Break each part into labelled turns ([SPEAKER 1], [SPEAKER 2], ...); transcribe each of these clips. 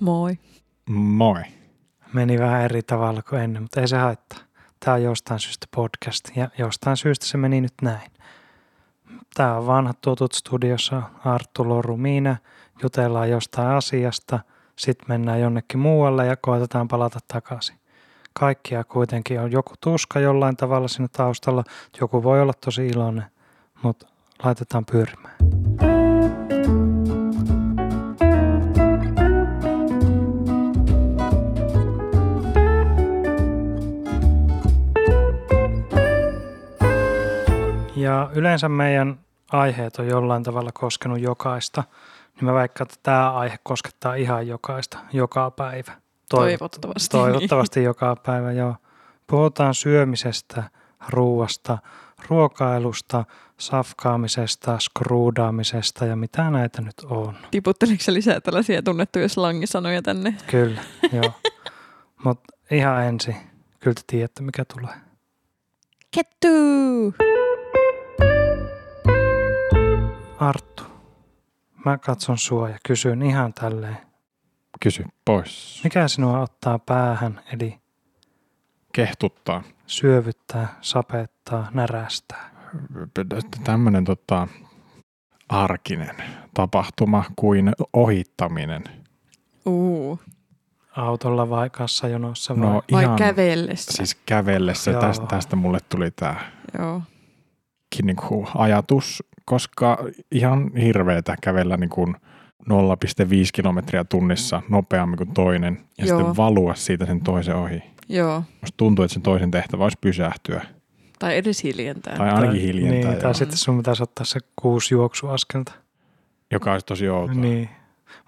[SPEAKER 1] Moi.
[SPEAKER 2] Moi.
[SPEAKER 3] Meni vähän eri tavalla kuin ennen, mutta ei se haittaa. Tämä on jostain syystä podcast ja jostain syystä se meni nyt näin. Tämä on vanhat tutut studiossa, Arttu Loru, minä. Jutellaan jostain asiasta, sitten mennään jonnekin muualle ja koetetaan palata takaisin. Kaikkia kuitenkin on joku tuska jollain tavalla siinä taustalla. Joku voi olla tosi iloinen, mutta laitetaan pyörimään. Ja yleensä meidän aiheet on jollain tavalla koskenut jokaista, niin mä väikkaan, että tämä aihe koskettaa ihan jokaista, joka päivä.
[SPEAKER 1] Toivottavasti. niin
[SPEAKER 3] Toivottavasti joka päivä, joo. Puhutaan syömisestä, ruuasta, ruokailusta, safkaamisesta, skruudaamisesta ja mitä näitä nyt on.
[SPEAKER 1] Niin. Tiputteliko sä lisää tällaisia tunnettuja slangisanoja tänne?
[SPEAKER 3] Kyllä, joo. Mutta ihan ensin, kyllä te tiedätte mikä tulee.
[SPEAKER 1] Kettu!
[SPEAKER 3] Arttu, mä katson sua ja kysyn ihan tälleen.
[SPEAKER 2] Kysy pois.
[SPEAKER 3] Mikä sinua ottaa päähän, eli
[SPEAKER 2] Kehtuttaa.
[SPEAKER 3] syövyttää, sapettaa, närästää?
[SPEAKER 2] Tämmöinen tota, arkinen tapahtuma kuin ohittaminen.
[SPEAKER 1] Uu.
[SPEAKER 3] Autolla vai kassajonossa vai?
[SPEAKER 2] No
[SPEAKER 1] Vai
[SPEAKER 2] ihan
[SPEAKER 1] kävellessä?
[SPEAKER 2] siis kävellessä.
[SPEAKER 3] Joo.
[SPEAKER 2] Tästä, tästä mulle tuli tämä
[SPEAKER 1] Joo.
[SPEAKER 2] niin ajatus, koska ihan hirveetä kävellä niin kuin 0,5 kilometriä tunnissa nopeammin kuin toinen ja
[SPEAKER 1] Joo.
[SPEAKER 2] sitten valua siitä sen toisen ohi.
[SPEAKER 1] Joo.
[SPEAKER 2] Musta tuntuu, että sen toisen tehtävä olisi pysähtyä
[SPEAKER 1] Tai edes hiljentää.
[SPEAKER 2] tai ainakin hiljentää,
[SPEAKER 3] Niin,
[SPEAKER 2] joo,
[SPEAKER 3] tai sitten sun pitäisi ottaa se kuusi juoksuaskelta.
[SPEAKER 2] joka olisi tosi outoa.
[SPEAKER 3] Niin.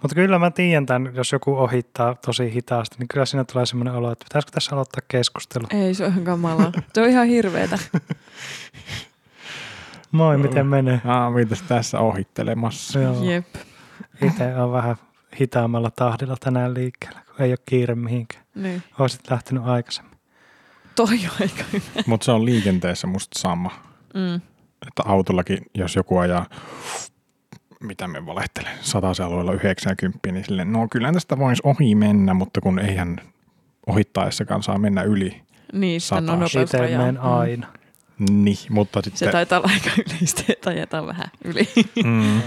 [SPEAKER 3] Mutta kyllä mä tiedän tämän, jos joku ohittaa tosi hitaasti, niin kyllä siinä tulee semmoinen olo, että pitäisikö tässä aloittaa keskustelu.
[SPEAKER 1] Ei, se on ihan kamalaa. Se on ihan hirveetä.
[SPEAKER 3] Moi, miten menee?
[SPEAKER 2] Aa, mitäs tässä ohittelemassa?
[SPEAKER 3] Joo.
[SPEAKER 1] Jep.
[SPEAKER 3] Itse on vähän hitaammalla tahdilla tänään liikkeellä, kun ei ole kiire mihinkään.
[SPEAKER 1] Niin.
[SPEAKER 3] Olisit lähtenyt aikaisemmin.
[SPEAKER 1] Toi on aika hyvä.
[SPEAKER 2] Mutta se on liikenteessä musta sama.
[SPEAKER 1] Mm.
[SPEAKER 2] Että autollakin, jos joku ajaa, mitä me valehtelen, sataisen alueella 90, niin silleen, no kyllä tästä voisi ohi mennä, mutta kun eihän ohittaessakaan saa mennä yli.
[SPEAKER 1] Niin, sitä on
[SPEAKER 2] Sata.
[SPEAKER 3] Itse
[SPEAKER 1] nopeusrajaa. Mm.
[SPEAKER 3] menen aina.
[SPEAKER 2] Niin, mutta
[SPEAKER 1] Se
[SPEAKER 2] sitten...
[SPEAKER 1] taitaa olla aika yleistä, että ajetaan vähän yli.
[SPEAKER 2] Mm,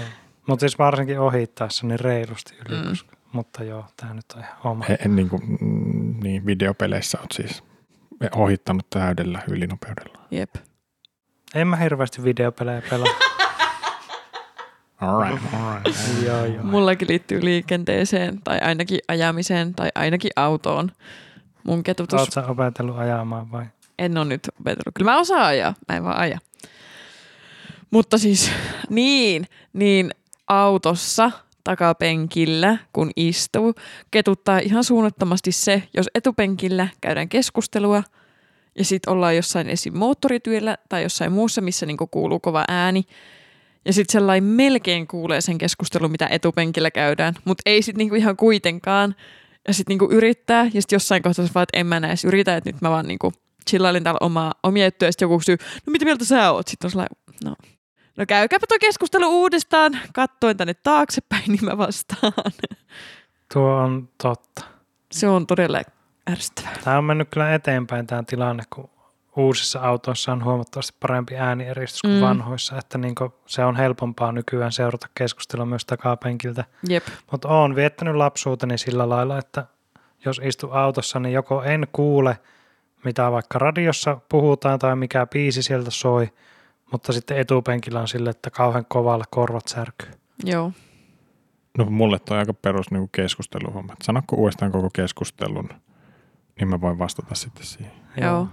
[SPEAKER 3] Mutta siis varsinkin ohittaessa niin reilusti yli.
[SPEAKER 1] Mm.
[SPEAKER 3] Mm. Mutta joo, tämä nyt on ihan oma.
[SPEAKER 2] he, en, niin, kuin, mm, niin, videopeleissä oot siis ohittanut täydellä ylinopeudella.
[SPEAKER 1] Jep.
[SPEAKER 3] En mä hirveästi videopelejä pelaa.
[SPEAKER 2] All right, all right.
[SPEAKER 3] joo, joo.
[SPEAKER 1] Mullakin liittyy liikenteeseen, tai ainakin ajamiseen, tai ainakin autoon. Mun ketutus
[SPEAKER 3] Oletko opetellut ajamaan vai?
[SPEAKER 1] En ole nyt opetellut. Kyllä mä osaan ajaa, mä en vaan aja. Mutta siis, niin, niin autossa takapenkillä, kun istuu, ketuttaa ihan suunnattomasti se, jos etupenkillä käydään keskustelua ja sitten ollaan jossain esim. moottorityöllä tai jossain muussa, missä niinku kuuluu kova ääni. Ja sitten sellainen melkein kuulee sen keskustelun, mitä etupenkillä käydään, mutta ei sitten niinku ihan kuitenkaan. Ja sitten niinku yrittää, ja sitten jossain kohtaa sä vaan, että en mä näes yritä, että nyt mä vaan niinku chillailin täällä omaa, omia juttuja, ja sitten joku kysyy, no mitä mieltä sä oot? Sitten on sellainen, no, no käykääpä tuo keskustelu uudestaan, kattoin tänne taaksepäin, niin mä vastaan.
[SPEAKER 3] Tuo on totta.
[SPEAKER 1] Se on todella ärsyttävää.
[SPEAKER 3] Tämä on mennyt kyllä eteenpäin tämä tilanne, kun uusissa autoissa on huomattavasti parempi äänieristys kuin
[SPEAKER 1] Mm.
[SPEAKER 3] mm. vanhoissa, että niin se on helpompaa nykyään seurata keskustelua myös takapenkiltä.
[SPEAKER 1] Jep,
[SPEAKER 3] Mutta olen viettänyt lapsuuteni sillä lailla, että jos istu autossa, niin joko en kuule, mitä vaikka radiossa puhutaan tai mikä biisi sieltä soi, mutta sitten etupenkillä on sille, että kauhean kovalla korvat särkyy.
[SPEAKER 1] joo.
[SPEAKER 2] No mulle toi aika perus niin keskusteluhomma. Et Sanokko uudestaan koko keskustelun, niin mä voin vastata sitten siihen.
[SPEAKER 1] Joo.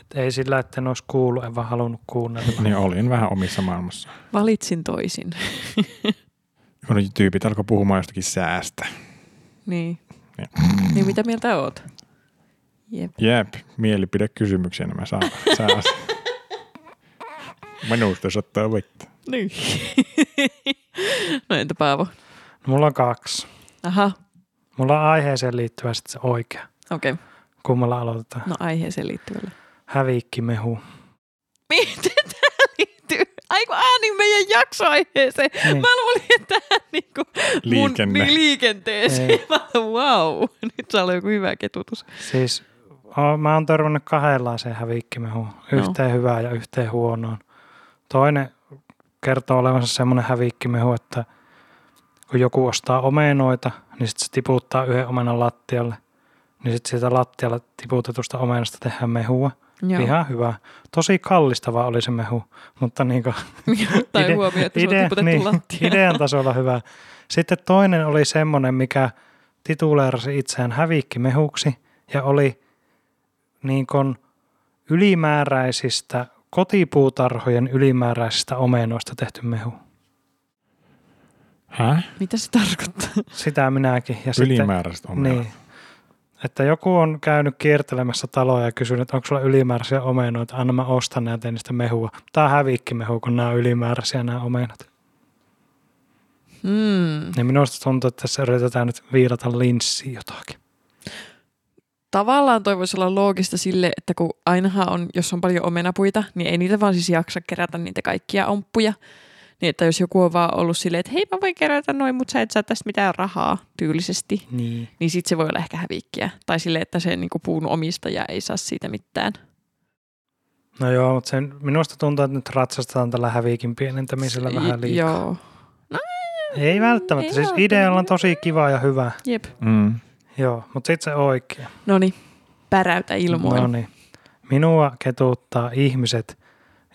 [SPEAKER 3] Et ei sillä, että en olisi kuullut, en vaan halunnut kuunnella.
[SPEAKER 2] Niin olin vähän omissa maailmassa.
[SPEAKER 1] Valitsin toisin.
[SPEAKER 2] Kun ne tyypit alkoi puhumaan jostakin säästä.
[SPEAKER 1] Niin.
[SPEAKER 2] Ja.
[SPEAKER 1] Niin mitä mieltä oot? Jep.
[SPEAKER 2] Jep, mielipidekysymyksiä nämä saa. sää Minusta sattaa vettä.
[SPEAKER 1] Niin. no entä Paavo?
[SPEAKER 3] Mulla on kaksi.
[SPEAKER 1] Aha,
[SPEAKER 3] Mulla on aiheeseen liittyvä sitten se oikea.
[SPEAKER 1] okei. Okay.
[SPEAKER 3] Kummalla aloitetaan?
[SPEAKER 1] No aiheeseen liittyvällä.
[SPEAKER 3] Häviikkimehu.
[SPEAKER 1] Miten tämä liittyy? Ai kun ääni niin meidän jaksoaiheeseen.
[SPEAKER 3] Niin.
[SPEAKER 1] Mä luulin, että tämä niinku
[SPEAKER 2] liikenne.
[SPEAKER 1] Mun, niin liikenteeseen.
[SPEAKER 3] Ei.
[SPEAKER 1] wow, nyt saa olla joku hyvä ketutus.
[SPEAKER 3] Siis o, mä oon törmännyt kahdenlaiseen hävikkimehuun. Yhteen hyvään ja yhteen huonoon. Toinen kertoo olevansa semmoinen hävikkimehu, että kun joku ostaa omenoita, niin sitten se tiputtaa yhden omenan lattialle. Niin sitten siitä lattialla tiputetusta omenasta tehdään mehua.
[SPEAKER 1] Joo.
[SPEAKER 3] Ihan hyvä. Tosi kallista vaan oli se mehu, mutta niin kuin
[SPEAKER 1] tai huomioon, että se on tiputettu niin, lattiaan.
[SPEAKER 3] idean tasolla hyvä. Sitten toinen oli semmoinen, mikä tituleerasi itseään hävikkimehuksi ja oli niin kuin ylimääräisistä kotipuutarhojen ylimääräisistä omenoista tehty mehu.
[SPEAKER 2] Häh?
[SPEAKER 1] Mitä se tarkoittaa?
[SPEAKER 3] Sitä minäkin. Ja sitten,
[SPEAKER 2] Ylimääräiset on
[SPEAKER 3] niin, että joku on käynyt kiertelemässä taloja ja kysynyt, että onko sulla ylimääräisiä omenoita, anna mä ostan näitä niistä mehua. Tämä on hävikkimehu, kun nämä on ylimääräisiä nämä omenat.
[SPEAKER 1] Mm.
[SPEAKER 3] Niin minusta tuntuu, että tässä yritetään nyt viilata linssiin jotakin.
[SPEAKER 1] Tavallaan toi voisi olla loogista sille, että kun ainahan on, jos on paljon omenapuita, niin ei niitä vaan siis jaksa kerätä niitä kaikkia omppuja. Niin että jos joku on vaan ollut silleen, että hei mä voin kerätä noin, mutta sä et saa tästä mitään rahaa tyylisesti,
[SPEAKER 3] Niin.
[SPEAKER 1] niin sit se voi olla ehkä hävikkiä. Tai sille, että se niinku puun omistaja ei saa siitä mitään.
[SPEAKER 3] No joo, mutta sen, minusta tuntuu, että nyt ratsastetaan tällä häviikin pienentämisellä vähän
[SPEAKER 1] I-
[SPEAKER 3] liikaa.
[SPEAKER 1] Joo. No,
[SPEAKER 3] Ei välttämättä,
[SPEAKER 1] ei
[SPEAKER 3] siis
[SPEAKER 1] välttämättä.
[SPEAKER 3] idealla on tosi kiva ja hyvä.
[SPEAKER 1] Jep.
[SPEAKER 2] Mm.
[SPEAKER 3] Joo, mutta sitten se oikea.
[SPEAKER 1] No niin, päräytä ilmoilla.
[SPEAKER 3] No niin. Minua ketuuttaa ihmiset,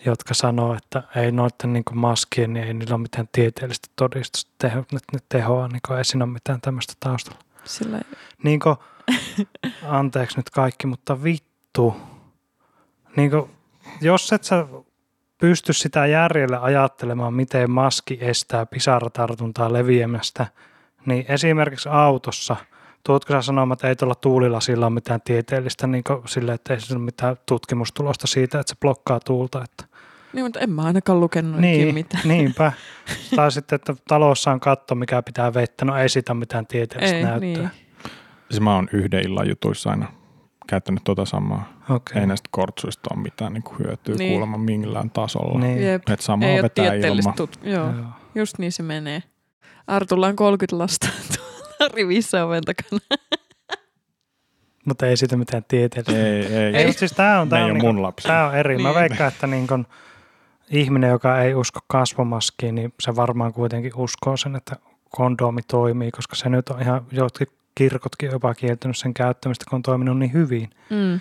[SPEAKER 3] jotka sanoo, että ei noiden niin maskien, niin ei niillä ole mitään tieteellistä todistusta teho, nyt, nyt tehoa, niin kuin ei siinä ole mitään tämmöistä taustalla.
[SPEAKER 1] Sillä
[SPEAKER 3] Niin kuin, anteeksi nyt kaikki, mutta vittu. Niin kuin, jos et sä pysty sitä järjellä ajattelemaan, miten maski estää pisaratartuntaa leviämästä, niin esimerkiksi autossa, tuotko sä sanomaan, että ei tuolla tuulilasilla ole mitään tieteellistä, niin kuin sille, että ei sillä ole mitään tutkimustulosta siitä, että se blokkaa tuulta. Että
[SPEAKER 1] Niin, mutta en mä ainakaan lukenut niin. mitään.
[SPEAKER 3] niinpä. tai sitten, että talossa on katto, mikä pitää vettä, no ei siitä ole mitään tieteellistä
[SPEAKER 1] Ei,
[SPEAKER 3] näyttöä.
[SPEAKER 1] niin.
[SPEAKER 2] Siis mä oon yhden illan jutuissa aina käyttänyt tota samaa.
[SPEAKER 3] Okei.
[SPEAKER 2] Ei näistä kortsuista ole mitään niinku hyötyä
[SPEAKER 1] Niin.
[SPEAKER 2] niin. kuulemma millään tasolla. Niin.
[SPEAKER 3] Niin.
[SPEAKER 1] Jep.
[SPEAKER 2] Et samaa
[SPEAKER 1] Ei ole
[SPEAKER 2] vetää
[SPEAKER 1] tieteellistä
[SPEAKER 2] ilman.
[SPEAKER 1] tut- Joo,
[SPEAKER 3] Joo.
[SPEAKER 1] just niin se menee. Artulla on 30 lasta tuolla rivissä oven takana.
[SPEAKER 3] Mutta ei siitä mitään tieteellistä.
[SPEAKER 2] Ei, ei.
[SPEAKER 3] Ei, mutta siis tämä on,
[SPEAKER 2] Ne
[SPEAKER 3] tää
[SPEAKER 2] ei
[SPEAKER 3] on,
[SPEAKER 2] ole
[SPEAKER 3] niinku,
[SPEAKER 2] mun lapsi.
[SPEAKER 3] tää on eri. Mä
[SPEAKER 1] Niin.
[SPEAKER 3] veikkaan, että niinku, ihminen, joka ei usko kasvomaskiin, niin se varmaan kuitenkin uskoo sen, että kondomi toimii, koska se nyt on ihan jotkin kirkotkin jopa kieltänyt sen käyttämistä, kun on toiminut niin hyvin.
[SPEAKER 1] Mm.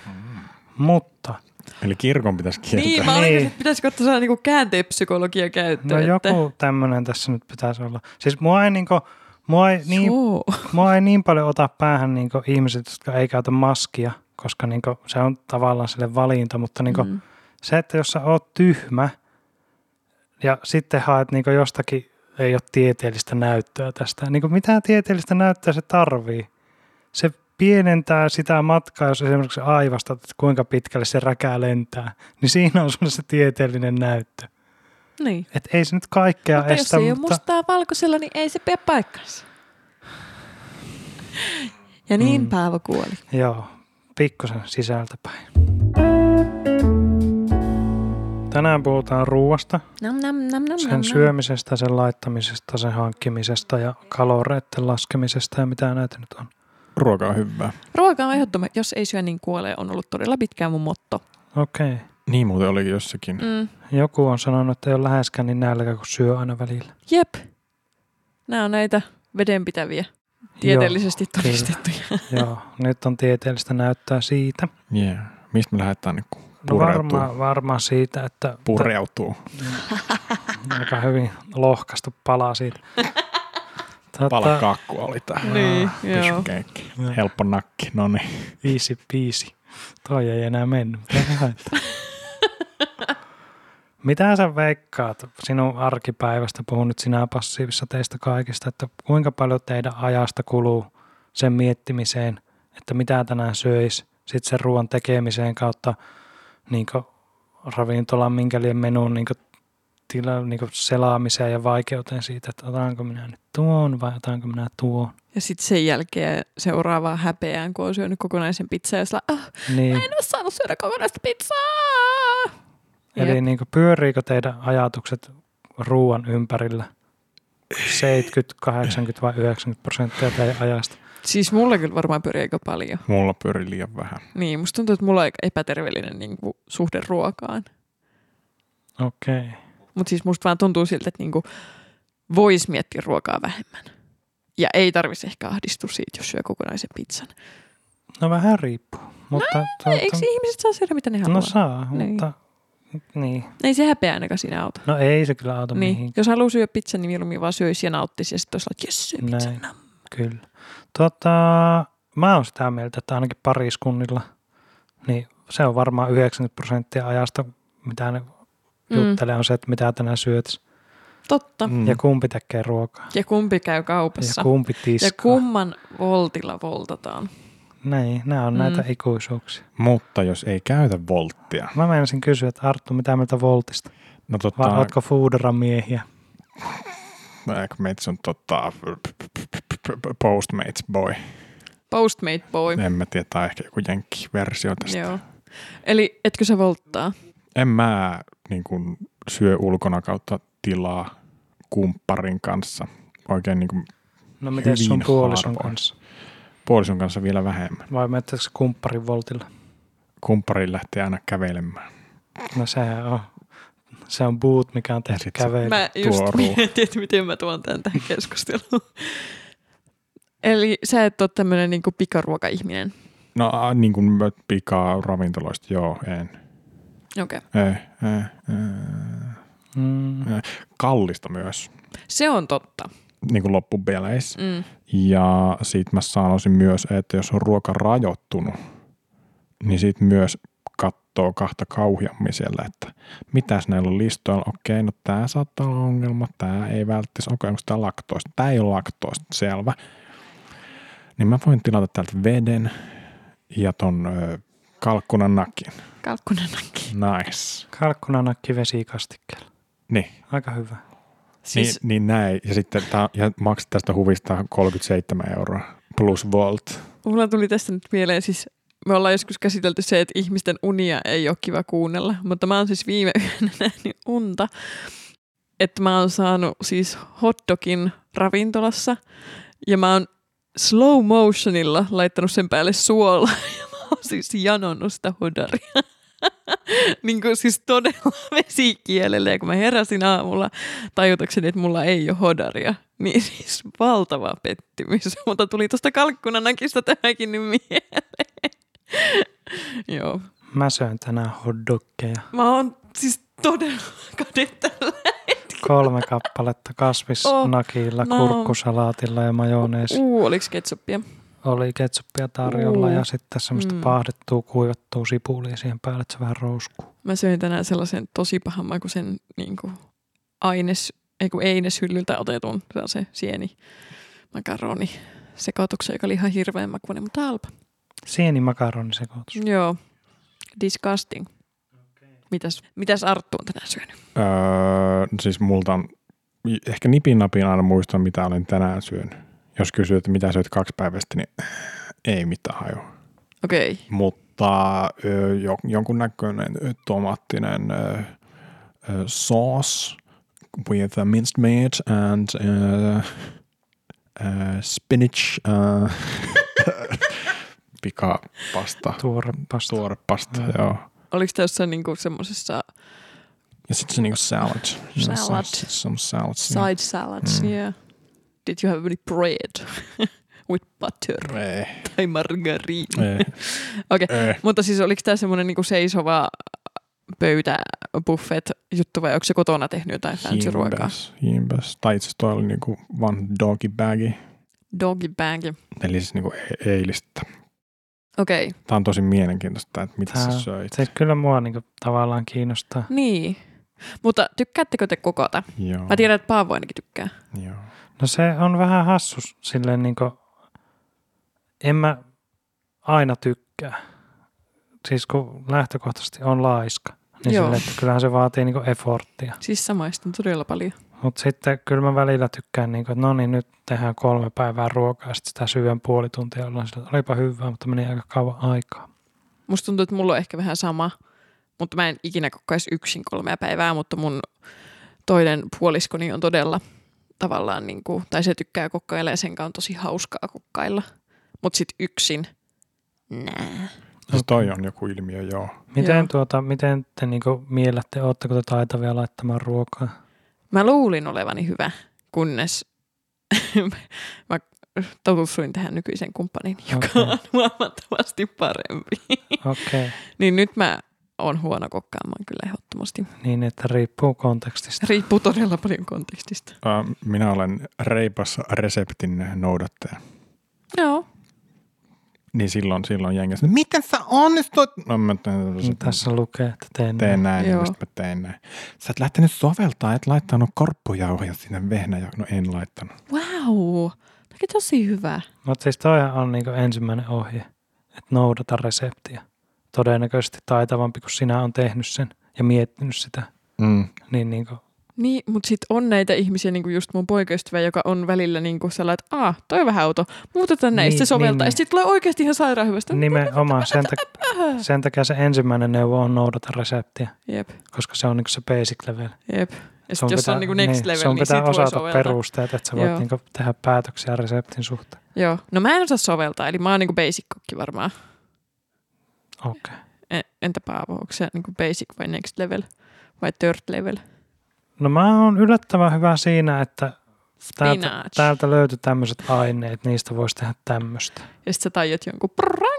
[SPEAKER 3] Mutta
[SPEAKER 2] Eli kirkon pitäisi kieltää.
[SPEAKER 1] Niin,
[SPEAKER 2] Niin.
[SPEAKER 1] mä olin,
[SPEAKER 3] Niin.
[SPEAKER 1] kysynyt, että pitäisikö ottaa sellainen niinku käänteenpsykologia
[SPEAKER 3] no
[SPEAKER 1] käyttöön. että...
[SPEAKER 3] joku tämmöinen tässä nyt pitäisi olla. Siis mua ei, niinku, mua
[SPEAKER 1] Siis
[SPEAKER 3] ei, niin,
[SPEAKER 1] Joo.
[SPEAKER 3] mua ei niin paljon ota päähän niinku ihmiset, jotka ei käytä maskia, koska niinku, se on tavallaan sille valinta, mutta niinku,
[SPEAKER 1] Mm.
[SPEAKER 3] se, että jos sä oot tyhmä ja sitten haet niin jostakin, ei ole tieteellistä näyttöä tästä. Niin mitä tieteellistä näyttöä se tarvii? Se pienentää sitä matkaa, jos esimerkiksi aivastat, että kuinka pitkälle se räkää lentää, niin siinä on sulle se tieteellinen näyttö.
[SPEAKER 1] Niin.
[SPEAKER 3] Et ei se nyt kaikkea
[SPEAKER 1] Mutta jos
[SPEAKER 3] estä,
[SPEAKER 1] ei ole
[SPEAKER 3] mutta
[SPEAKER 1] mustaa valkoisella, niin ei se pidä paikkansa. Ja niin mm.
[SPEAKER 3] Mm.
[SPEAKER 1] Paavo kuoli.
[SPEAKER 3] joo, pikkusen sisältäpäin. Tänään puhutaan ruuasta.
[SPEAKER 1] Nam, nam, nam, nam, nam,
[SPEAKER 3] sen
[SPEAKER 1] nam.
[SPEAKER 3] syömisestä, sen laittamisesta, sen hankkimisesta ja kaloreiden laskemisesta ja mitä näitä nyt on.
[SPEAKER 2] Ruoka on hyvää.
[SPEAKER 1] Ruoka on ehdottoman, jos ei syö niin kuolee, on ollut todella pitkään mun motto.
[SPEAKER 3] Okei. Okay.
[SPEAKER 2] Niin muuten olikin jossakin. Mm.
[SPEAKER 1] Mm.
[SPEAKER 3] Joku on sanonut, että ei ole läheskään niin nälkä, kun syö aina välillä.
[SPEAKER 1] Jep. Nämä on näitä vedenpitäviä, tieteellisesti
[SPEAKER 3] kyllä.
[SPEAKER 1] todistettuja.
[SPEAKER 3] Joo, joo, nyt on tieteellistä näyttöä siitä.
[SPEAKER 1] Mm.
[SPEAKER 2] Yeah. Mistä me lähdetään niin
[SPEAKER 3] No
[SPEAKER 2] pureutuu?
[SPEAKER 3] varmaan varmaa siitä, että
[SPEAKER 2] pureutuu.
[SPEAKER 3] tä- aika hyvin lohkaistu palaa siitä. Tota,
[SPEAKER 2] Pala kakkua oli tää.
[SPEAKER 1] Niin, joo.
[SPEAKER 2] Pyskeikki. Helppo nakki, no niin.
[SPEAKER 3] Easy peasy. Toi ei enää mennyt. Mitä se haittaa? Mitä sä veikkaat sinun arkipäivästä, puhun nyt sinä passiivissa teistä kaikista, että kuinka paljon teidän ajasta kuluu sen miettimiseen, että mitä tänään söis, sitten sen ruoan tekemiseen kautta niin ravintolan minkälien menun niin tila, niin selaamiseen ja vaikeuteen siitä, että otanko minä nyt tuon vai otanko minä tuon.
[SPEAKER 1] Ja sitten sen jälkeen seuraavaan häpeään, kun on syönyt kokonaisen pizzaa ja sillä, ah,
[SPEAKER 3] Niin.
[SPEAKER 1] en ole saanut syödä kokonaista pizzaa.
[SPEAKER 3] Eli niinku,
[SPEAKER 1] Jep.
[SPEAKER 3] niin pyöriikö teidän ajatukset ruoan ympärillä? 70, 80 vai 90 prosenttia teidän ajasta.
[SPEAKER 1] Siis mulla kyllä varmaan pyörii aika paljon.
[SPEAKER 2] Mulla pyöri liian vähän.
[SPEAKER 1] Niin, musta tuntuu, että mulla on aika epäterveellinen niin kuin, suhde ruokaan.
[SPEAKER 3] Okei. Okay.
[SPEAKER 1] Mutta siis musta vaan tuntuu siltä, että niinku voisi miettiä ruokaa vähemmän. Ja ei tarvitsisi ehkä ahdistua siitä, jos syö kokonaisen pizzan.
[SPEAKER 3] No vähän riippuu. Mutta, tuota,
[SPEAKER 1] No, Eikö ihmiset saa syödä, mitä ne haluaa?
[SPEAKER 3] no
[SPEAKER 1] No,
[SPEAKER 3] saa,
[SPEAKER 1] Niin.
[SPEAKER 3] mutta niin.
[SPEAKER 1] Ei se häpeä ainakaan siinä auta.
[SPEAKER 3] No ei se kyllä auta niin.
[SPEAKER 1] Niin.
[SPEAKER 3] mihinkään,
[SPEAKER 1] Jos haluaa syödä pizzan, niin mieluummin vaan syöisi ja nauttisi. Ja sitten olisi että jes, syö
[SPEAKER 3] Näin.
[SPEAKER 1] pizzan. nam.
[SPEAKER 3] kyllä. Tota, mä oon sitä mieltä, että ainakin pariskunnilla, niin se on varmaan 90 prosenttia ajasta, mitä ne mm.
[SPEAKER 1] Mm,
[SPEAKER 3] juttelee, on se, että mitä tänään syöt.
[SPEAKER 1] totta.
[SPEAKER 2] Mm.
[SPEAKER 3] Ja kumpi tekee ruokaa.
[SPEAKER 1] Ja kumpi käy kaupassa.
[SPEAKER 3] Ja
[SPEAKER 1] Ja,
[SPEAKER 3] kumpi
[SPEAKER 1] ja
[SPEAKER 3] tiskaa.
[SPEAKER 1] kumman voltilla voltataan.
[SPEAKER 3] Näin, nämä on
[SPEAKER 1] Mm.
[SPEAKER 3] mm. näitä ikuisuuksia.
[SPEAKER 2] Mutta jos ei käytä volttia.
[SPEAKER 3] Mä menisin kysyä, että Arttu, mitä mieltä Voltista?
[SPEAKER 2] No
[SPEAKER 3] Vai
[SPEAKER 2] tota,
[SPEAKER 3] ootko Foodora-miehiä?
[SPEAKER 2] äh, kun meitä on tota, Postmates boy.
[SPEAKER 1] Postmate boy.
[SPEAKER 2] En mä tiedä, tää on ehkä joku jenkkiversio tästä.
[SPEAKER 1] Joo. Eli etkö sä volttaa?
[SPEAKER 2] En mä niin kun, syö ulkona kautta tilaa kumpparin kanssa. Oikein niin kun,
[SPEAKER 3] No miten
[SPEAKER 2] Hyvin
[SPEAKER 3] sun puolison
[SPEAKER 2] harvoin.
[SPEAKER 3] kanssa?
[SPEAKER 2] puolison kanssa vielä vähemmän.
[SPEAKER 3] Vai menetkö sä kumpparin Voltilla?
[SPEAKER 2] Kumppari lähtee aina kävelemään.
[SPEAKER 3] No sehän on. Se on boot, mikä on tehty
[SPEAKER 2] sit se-
[SPEAKER 3] kävelyllä.
[SPEAKER 1] Mä just
[SPEAKER 2] tuoruu.
[SPEAKER 1] mietin, että miten mä tuon tämän tähän keskusteluun. Eli sä et ole tämmöinen niinku pikaruoka-ihminen.
[SPEAKER 2] No a, niin kuin mä pikaa ravintoloista, joo, en.
[SPEAKER 1] Okei. Okay.
[SPEAKER 2] Ei, ei, ei.
[SPEAKER 3] Mm.
[SPEAKER 2] Kallista myös,
[SPEAKER 1] Se on totta.
[SPEAKER 2] niin kuin loppupeleissä.
[SPEAKER 1] Mm.
[SPEAKER 2] Ja sit mä sanoisin myös, että jos on ruoka rajoittunut, niin sit myös katsoo kahta kauhiammin siellä, että mitäs näillä on listoilla. Okei, no tää saattaa olla ongelma, tää ei välttis. Okei, onko tää laktoosta? Tää ei ole laktoosta, selvä. Niin mä voin tilata täältä veden ja ton ö, kalkkunan nakin.
[SPEAKER 1] Kalkkunenakki.
[SPEAKER 2] Nice.
[SPEAKER 3] Kalkkunanakki vesikastikkeella.
[SPEAKER 2] Niin,
[SPEAKER 3] Aika hyvä.
[SPEAKER 1] Siis,
[SPEAKER 2] niin, niin näin. Ja sitten tää, ja maksat tästä huvista 37 euroa plus volt.
[SPEAKER 1] Mulla tuli tästä nyt mieleen siis, me ollaan joskus käsitelty se, että ihmisten unia ei ole kiva kuunnella, mutta mä oon siis viime yönä nähnyt unta, että mä oon saanut siis hotdogin ravintolassa ja mä oon slow motionilla laittanut sen päälle suolaa ja mä oon siis janonnut sitä hodaria. niin kuin siis todella vesikielellä ja kun mä heräsin aamulla tajutakseni, että mulla ei ole hodaria, niin siis valtava pettymys. Mutta tuli tuosta kalkkunanakista tämäkin nyt mieleen. Joo.
[SPEAKER 3] Mä söin tänään hotdoggeja.
[SPEAKER 1] Mä oon siis todella kade tällä.
[SPEAKER 3] Kolme kappaletta
[SPEAKER 1] Oh,
[SPEAKER 3] kasvisnakilla,
[SPEAKER 1] no.
[SPEAKER 3] kurkkusalaatilla ja majoneesi.
[SPEAKER 1] Uu, oliks ketsuppia?
[SPEAKER 3] Oli ketsuppia tarjolla
[SPEAKER 1] Uu.
[SPEAKER 3] ja sitten semmoista
[SPEAKER 1] Mm.
[SPEAKER 3] paahdettua, kuivattua sipulia siihen päälle, että se vähän rouskuu.
[SPEAKER 1] Mä söin tänään sellaisen tosi pahan makuisen niin kuin aines, ei kun eineshyllyltä otetun se sieni makaroni sekoituksen, joka oli ihan hirveän makuinen, mutta halpa.
[SPEAKER 3] Sieni makaronisekoitus.
[SPEAKER 1] Joo. Disgusting. Mitäs, mitäs Arttu on tänään syönyt?
[SPEAKER 2] Öö, siis multa on, ehkä nipin napin aina muistan, mitä olen tänään syönyt. Jos kysyy, että mitä syöt kaksi päivästä, niin ei mitään haju.
[SPEAKER 1] Okei. Okay.
[SPEAKER 2] Mutta öö, jo, jonkunnäköinen ö, tomaattinen öö, öö, sauce with a minced meat and öö, öö, spinach öö, pikapasta,
[SPEAKER 3] Tuore pasta.
[SPEAKER 2] tuore pasta,
[SPEAKER 3] Mm.
[SPEAKER 2] joo.
[SPEAKER 1] Oliko tämä jossain niinku semmoisessa
[SPEAKER 2] Niin. Ja sitten se niinku salad.
[SPEAKER 1] Salad.
[SPEAKER 2] Some salad.
[SPEAKER 1] side salads?
[SPEAKER 2] Mm.
[SPEAKER 1] Mm. Yeah. Did you have any bread with butter
[SPEAKER 2] Ei,
[SPEAKER 1] tai margarine?
[SPEAKER 2] ei,
[SPEAKER 1] Okei.
[SPEAKER 2] ei.
[SPEAKER 1] Mutta siis oliko tämä semmoinen niinku seisova pöytä buffet juttu vai onko se kotona tehnyt jotain fancy ruokaa?
[SPEAKER 2] Jimbas, jimbas. Tai itse asiassa toi oli niinku one doggy bagi,
[SPEAKER 1] Doggy bagi.
[SPEAKER 2] eli siis niinku e- eilistä.
[SPEAKER 1] Okei. Okay.
[SPEAKER 2] Tää on tosi mielenkiintoista, että mitä
[SPEAKER 3] Tää-
[SPEAKER 2] sä söit.
[SPEAKER 3] Se kyllä mua niinku tavallaan kiinnostaa.
[SPEAKER 1] Niin. Mutta tykkäättekö te kokota?
[SPEAKER 2] Joo.
[SPEAKER 1] Mä tiedän, että Paavo ainakin tykkää.
[SPEAKER 2] Joo.
[SPEAKER 3] No se on vähän hassus, silleen niin kuin, en mä aina tykkää. Siis kun lähtökohtaisesti on laiska, niin
[SPEAKER 1] Joo.
[SPEAKER 3] silleen, että kyllähän se vaatii niin efforttia.
[SPEAKER 1] Siis samaistan todella paljon.
[SPEAKER 3] Mutta sitten kyllä mä välillä tykkään, niin kuin, että no niin nyt tehdään kolme päivää ruokaa ja sitten sitä syön puoli tuntia, jolloin sillä, olipa hyvää, mutta meni aika kauan aikaa.
[SPEAKER 1] Musta tuntuu, että mulla on ehkä vähän sama, mutta mä en ikinä kokkaisi yksin kolmea päivää, mutta mun toinen puoliskoni on todella tavallaan, niin kuin, tai se tykkää kokkailla ja sen kanssa on tosi hauskaa kokkailla. Mutta sitten yksin, nää.
[SPEAKER 2] Siis toi on joku ilmiö, joo.
[SPEAKER 3] Miten,
[SPEAKER 1] Joo.
[SPEAKER 3] tuota, miten te niinku miellätte, ootteko te taitavia laittamaan ruokaa?
[SPEAKER 1] Mä luulin olevani hyvä, kunnes mä tutustuin tähän nykyisen kumppanin, joka
[SPEAKER 3] Okei.
[SPEAKER 1] on huomattavasti parempi.
[SPEAKER 3] Okei,
[SPEAKER 1] Niin nyt mä oon huono kokkaamaan kyllä ehdottomasti.
[SPEAKER 3] niin että riippuu kontekstista.
[SPEAKER 1] Riippuu todella paljon kontekstista.
[SPEAKER 2] Ää, Minä olen reipas reseptin noudattaja.
[SPEAKER 1] Joo.
[SPEAKER 2] Niin silloin, silloin jengi sanoo, miten sä onnistuit? No mä
[SPEAKER 3] Niin Tässä lukee, että teen.
[SPEAKER 2] teen näin,
[SPEAKER 1] Joo.
[SPEAKER 2] Joo. mä teen näin. Sä et lähtenyt soveltaa, et laittanut korppujauhoja sinne vehnäjauhoja. No en laittanut.
[SPEAKER 1] Wow. Tämä on tosi hyvä.
[SPEAKER 3] Mutta siis toihan on niinku ensimmäinen ohje, että noudata reseptiä. Todennäköisesti taitavampi, kun sinä on tehnyt sen ja miettinyt sitä.
[SPEAKER 2] Mm.
[SPEAKER 3] Niin niinku,
[SPEAKER 1] Niin, mutta sitten on näitä ihmisiä, niin kuin just mun poikaystävä, joka on välillä niin kuin sellainen, että aah, toi on vähän auto, muutetaan näistä
[SPEAKER 3] Niin,
[SPEAKER 1] niin, se soveltaa.
[SPEAKER 3] niin,
[SPEAKER 1] Niin, sitten tulee oikeasti ihan Niin, sairaan hyvästä.
[SPEAKER 3] nimenomaan sen, tak- sen takia se ensimmäinen neuvo on noudata reseptiä,
[SPEAKER 1] Jep,
[SPEAKER 3] koska se on niinku se basic level.
[SPEAKER 1] jep. Ja
[SPEAKER 3] Sun
[SPEAKER 1] sitten jos on niin kuin next
[SPEAKER 3] niin,
[SPEAKER 1] level,
[SPEAKER 3] sun
[SPEAKER 1] niin
[SPEAKER 3] pitää
[SPEAKER 1] sit voi
[SPEAKER 3] osata
[SPEAKER 1] soveltaa.
[SPEAKER 3] perusteet, että sä voit
[SPEAKER 1] Joo.
[SPEAKER 3] niinku tehdä päätöksiä reseptin suhteen.
[SPEAKER 1] Joo, no mä en osaa soveltaa, eli mä oon niin kuin basic kokki varmaan.
[SPEAKER 3] Okei.
[SPEAKER 1] En- Entä Paavo, onko se niin kuin basic vai next level vai third level?
[SPEAKER 3] No mä oon yllättävän hyvä siinä, että täältä,
[SPEAKER 1] Spinach.
[SPEAKER 3] täältä löytyi tämmöiset aineet, niistä voisi tehdä tämmöistä.
[SPEAKER 1] Ja sitten sä tajut jonkun prrrang.